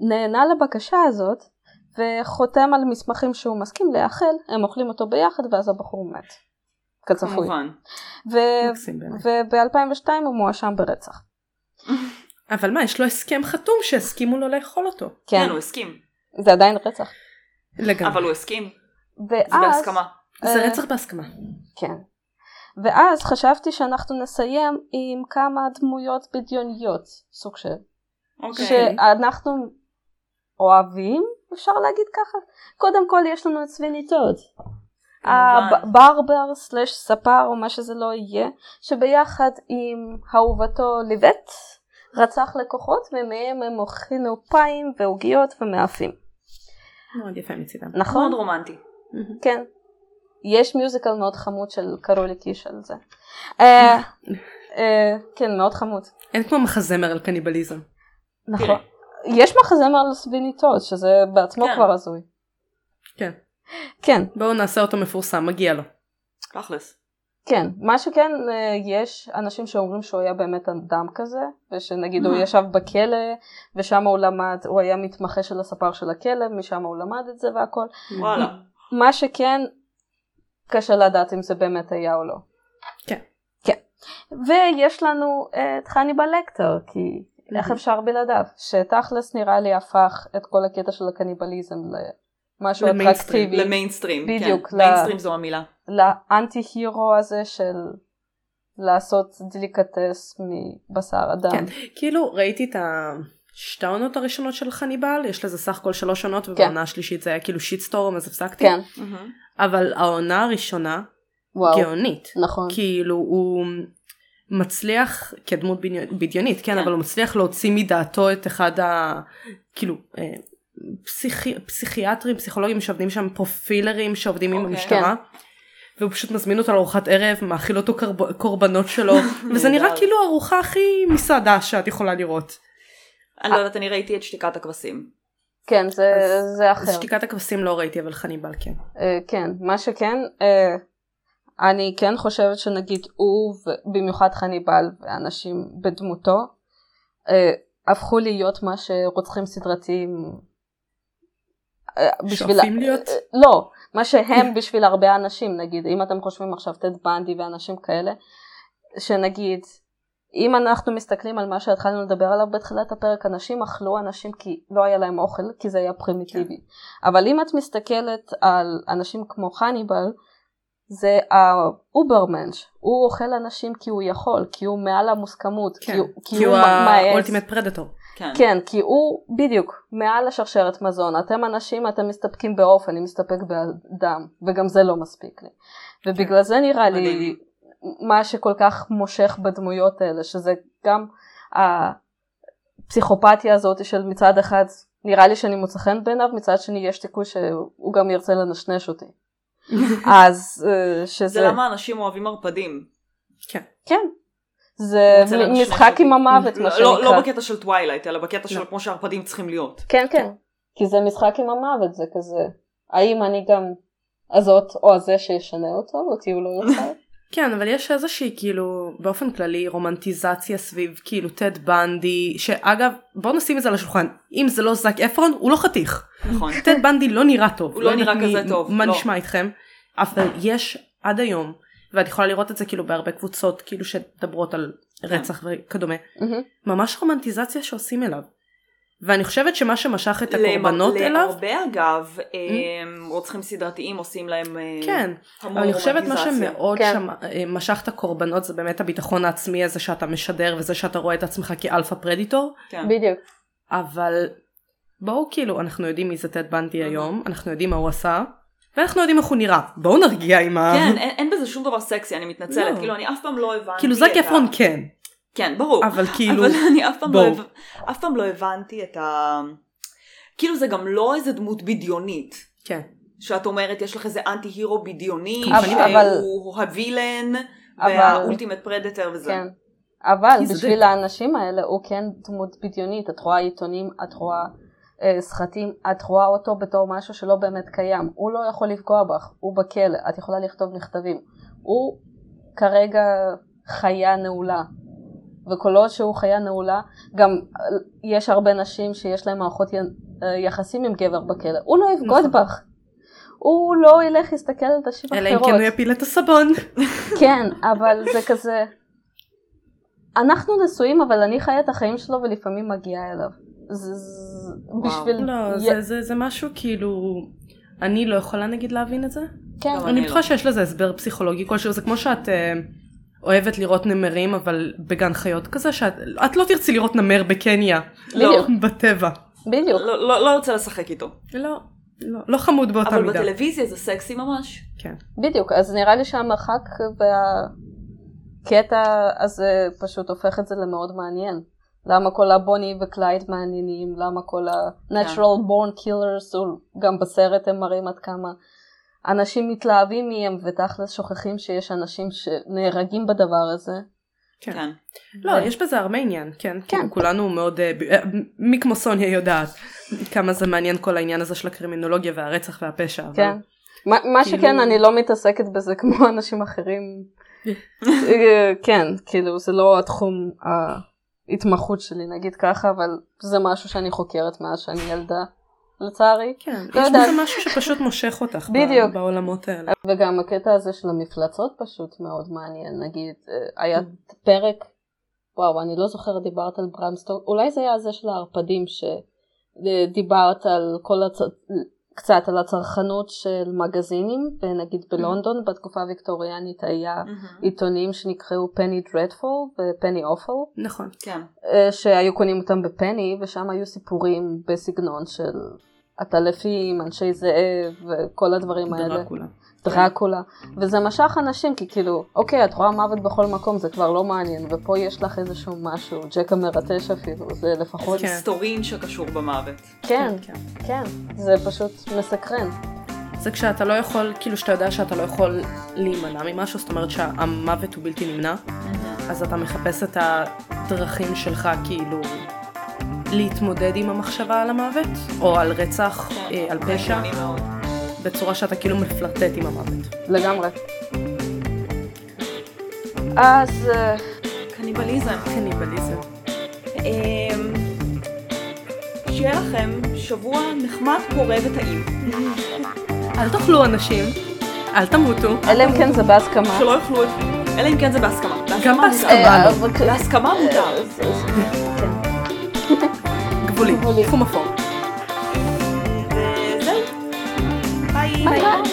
נענה לבקשה הזאת וחותם על מסמכים שהוא מסכים להיאכל, הם אוכלים אותו ביחד ואז הבחור מת. כצפוי.
כמובן.
ו-
מקסים באמת.
וב-2002 הוא מואשם ברצח.
אבל מה, יש לו הסכם חתום שהסכימו לו לאכול אותו.
כן,
כן,
הוא הסכים.
זה עדיין רצח.
לגמרי.
כן.
אבל הוא הסכים. זה
ואז,
בהסכמה.
זה
אה,
רצח בהסכמה.
כן. ואז חשבתי שאנחנו נסיים עם כמה דמויות בדיוניות, סוג של
אוקיי.
שאנחנו אוהבים, אפשר להגיד ככה. קודם כל יש לנו את סוויניטוד. אה,
כמובן.
הברבר סלאש ספר או מה שזה לא יהיה, שביחד עם אהובתו ליבט רצח לקוחות ומהם הם הכינו פיים ועוגיות ומאפים.
מאוד יפה מצידם.
נכון?
מאוד רומנטי.
כן. יש מיוזיקל מאוד חמוד של קרולי קיש על זה. אה, אה, כן, מאוד חמוד.
אין כמו מחזמר על קניבליזם.
נכון.
תראה.
יש מחזמר על סוויניטוד, שזה בעצמו
כן.
כבר הזוי.
כן.
כן.
בואו נעשה אותו מפורסם, מגיע לו.
תכלס.
כן, מה שכן, אה, יש אנשים שאומרים שהוא היה באמת אדם כזה, ושנגיד הוא
אה.
מה?
ישב בכלא, ושם הוא למד, הוא היה מתמחה של הספר של הכלא, משם הוא למד את זה והכל.
וואלה.
מה שכן, קשה לדעת אם זה באמת היה או לא.
כן.
כן. ויש לנו אה, את חניבה לקטר, כי איך
מהמם.
אפשר בלעדיו, שתכלס נראה לי הפך את כל הקטע של הקניבליזם למשהו
למיינסטרים,
אטרקטיבי.
למיינסטרים. כן.
בדיוק, ל- Mm-hmm.
מיינסטרים זו המילה.
לאנטי הירו הזה של לעשות דליקטס מבשר אדם.
כן. כאילו ראיתי את השתי העונות הראשונות של חניבל, יש לזה סך הכל שלוש עונות, ובעונה השלישית זה היה כאילו שיטסטורם אז הפסקתי.
כן,
מהמם.
אבל העונה הראשונה
וואו,
כן. גאונית.
נכון.
כאילו הוא מצליח כדמות בדיונ- בדיונית כן
כן.
אבל הוא מצליח להוציא מדעתו את אחד ה... כאילו אה, פסיכי... פסיכיאטרים פסיכולוגים שעובדים שם פרופילרים שעובדים עם
אוקיי.
המשטרה.
כן.
והוא פשוט מזמין אותו לארוחת ערב מאכיל אותו קרב... קורבנות
(laughs)
שלו וזה נראה
נהדר.
כאילו ארוחה הכי מסעדה שאת יכולה לראות.
אני לא
אה.
יודעת, אני ראיתי את שתיקת הכבשים.
כן, זה,
אז-
זה
אז
אחר.
שתיקת הכבשים לא ראיתי אבל חניבל כן.
אה, כן, מה שכן, אה, אני כן חושבת שנגיד הוא, במיוחד חניבל ואנשים בדמותו, אה, הפכו להיות מה שרוצחים סדרתיים אה, בשביל...
שואפים להיות?
אה, לא, מה שהם (laughs) בשביל הרבה אנשים, נגיד, אם אתם חושבים עכשיו טד בנדי ואנשים כאלה, שנגיד, אם אנחנו מסתכלים על מה שהתחלנו לדבר עליו בתחילת הפרק, אנשים אכלו אנשים כי לא היה להם אוכל, כי זה היה פרימיטיבי.
כן.
אבל אם את מסתכלת על אנשים כמו חניבל, זה האוברמנש, הוא אוכל אנשים כי הוא יכול, כי הוא מעל המוסכמות,
כן.
כי, הוא-
כי הוא
הוא מעז.
האולטימט פרדטור.
כן.
כן, כי הוא בדיוק מעל השרשרת מזון. אתם אנשים, אתם מסתפקים בעוף, אני מסתפק באדם, וגם זה לא מספיק לי. ובגלל זה נראה לי
מדהים.
מה שכל כך מושך בדמויות האלה, שזה גם הפסיכופתיה הזאת של מצד אחד, נראה לי שאני מוצא חן בעיניו, מצד שני יש סיכוי שהוא גם ירצה לנשנש
(laughs)
אותי. אז אה,
זה
שזה...
למה אנשים אוהבים ערפדים.
כן.
כן. זה
רוצה לנשנש
משחק
אותי.
עם המוות, מה
לא- לא- לא
שנקרא. נכון.
בקטע של טווילייט, אלא בקטע
לא.
של כמו שערפדים צריכים להיות.
כן, כן. כי זה משחק עם המוות, זה כזה, האם אני גם הזאת או הזה שישנה אותו, אותי הוא לא יוצא?
כן אבל יש איזושהי כאילו באופן כללי רומנטיזציה סביב כאילו טד בנדי שאגב בוא נשים את זה על השולחן אם זה לא זאק אפרון הוא לא חתיך
(laughs)
נכון.
טד בנדי לא נראה טוב
הוא לא
יודעת
נראה
מי-
כזה טוב,
מה
לא.
נשמע איתכם אבל יש עד היום ואת יכולה לראות את זה כאילו בהרבה קבוצות כאילו שדברות על רצח
כן.
וכדומה
מהמם.
ממש רומנטיזציה שעושים אליו ואני חושבת שמה שמשך את
למ-
הקורבנות אליו Mm.
להרבה אגב, אמ, רוצחים סדרתיים עושים להם אה,
כן
המון
אבל אני חושבת מה
רומנטיזציה.
שמאוד
כן.
שמ- אה, משך את הקורבנות זה באמת הביטחון העצמי הזה שאתה משדר וזה שאתה רואה את עצמך כאלפא פרדיטור
כן.
(laughs) בדיוק.
אבל בואו כאילו אנחנו יודעים מי זה טד בנדי
אהה.
היום אנחנו יודעים מה הוא עשה ואנחנו יודעים איך הוא נראה בואו נרגיע עם ה...
כן, אין- אין בזה שום דבר סקסי, אני מתנצלת.
לא.
כאילו, אני אף פעם לא הבנתי
(laughs) כאילו
את
זק
ה-
אפרון כן
כן, ברור.
אבל כאילו
אבל (laughs) אני אף פעם, לא,
בואו.
הב- אף פעם לא הבנתי את ה... כאילו זה גם לא איזה דמות בדיונית. (laughs)
כן
שאת אומרת, יש לך איזה אנטי הירו בדיוני,
אבל-
אבל-
שהוא הווילן,
אבל-
והאולטימט פרדטר וזה.
כן. אבל
כי זה
בשביל
די-
האנשים האלה הוא כן דמות בדיונית, את רואה עיתונים, את רואה אה, סחטים, את רואה אותו בתור משהו שלא באמת קיים. הוא לא יכול לפגוע בך, הוא בכלא, את יכולה לכתוב מכתבים. הוא כרגע חיה נעולה. וכל עוד שהוא חיה נעולה, גם אה, יש הרבה נשים שיש להן מערכות י- אה, יחסים עם גבר בכלא. הוא לא יבגוד בך. הוא לא ילך להסתכל על נשים אחרות.
נכון. אלא אם כן הוא יפיל את
(laughs)
הסבון.
כן, אבל זה כזה... אנחנו נשואים, אבל אני חיה את החיים שלו ולפעמים מגיעה אליו. זה... זה- בשביל...
לא,
י-
זה- זה- זה משהו כאילו... אני לא יכולה נגיד להבין את זה.
כן,
גם
אני
אני
בטוחה
לא.
שיש לזה הסבר פסיכולוגי כלשהו, זה כמו שאת אה, אוהבת לראות נמרים, אבל בגן חיות כזה, שאת את לא תרצי לראות נמר בקניה, (laughs)
בדיוק,
בטבע.
בדיוק.
לא- לא לא רוצה לשחק איתו.
לא, לא, לא חמוד באותה
אבל
מידה.
בטלוויזיה זה סקסי ממש.
כן.
בדיוק, אז נראה לי שהמרחק והקטע הזה פשוט הופך את זה למאוד מעניין. למה כל הבוני וקלייד מעניינים, למה כל ה-Natural Born Killers, הוא- גם בסרט הם מראים עד כמה אנשים מתלהבים מהם ותכלס שוכחים שיש אנשים שנהרגים בדבר הזה.
כן.
כן.
לא, יש בזה הרבה עניין, כן.
כן.
כאילו, כולנו מאוד, אה, ב- אה, מי כמו סוניה יודעת כמה זה מעניין כל העניין הזה של הקרימינולוגיה והרצח והפשע. אבל-
כן. מה מה
כאילו-
שכן, אני לא מתעסקת בזה כמו (laughs) אנשים
(laughs)
אחרים. אה, כן, כאילו זה לא התחום ההתמחות שלי נגיד ככה, אבל זה משהו שאני חוקרת מאז שאני ילדה, לצערי.
כן,
לא
יש
יודעת.
בזה משהו שפשוט מושך
(laughs)
אותך ב-
בדיוק.
בעולמות האלה.
וגם הקטע הזה של המפלצות פשוט מאוד מעניין, נגיד אה, היה פרק, וואו אני לא זוכרת דיברת על ברמסטוק, אולי זה היה זה של הערפדים שדיברת על כל הצ... קצת על הצרכנות של מגזינים, ונגיד בלונדון בתקופה הוויקטוריאנית היה
מהמם.
עיתונים שנקראו פני דרדפול ופני אופל,
נכון.
כן.
אה, שהיו קונים אותם בפני, ושם היו סיפורים בסגנון של עטלפים, אנשי זאב, וכל הדברים האלה.
דרקולה.
דרקולה, וזה משך אנשים, כי כאילו, אוקיי, את רואה מוות בכל מקום, זה כבר לא מעניין, ופה יש לך איזשהו משהו, ג'ק המרטש אפילו, זה לפחות,
איזה
כן.
מסתורין שקשור במוות.
כן, כן, זה פשוט מסקרן.
זה כשאתה לא יכול, כאילו שאתה יודע שאתה לא יכול להימנע ממשהו, זאת אומרת שהמוות הוא בלתי נמנע, אז אתה מחפש את הדרכים שלך כאילו להתמודד עם המחשבה על המוות, או על רצח, אה, על פשע,
הגיוני מאוד.
בצורה שאתה כאילו מפלרטט עם המוות.
לגמרי. אז אה,
קניבליזם.
קניבליזם.
אמ, שיהיה לכם שבוע נחמד, פורה וטעים.
אל תאכלו אנשים, אל תמותו.
אלא אם כן זה בהסכמה.
שלא יאכלו את... אלא אם כן זה בהסכמה. בהסכמה
גם
מותר.
בהסכמה.
אה,
אבל-
אבל-
בהסכמה מותר.
אז- אז- כן.
גבולי,
גבולי.
תחום אפור.
וזהו. ביי.
ביי.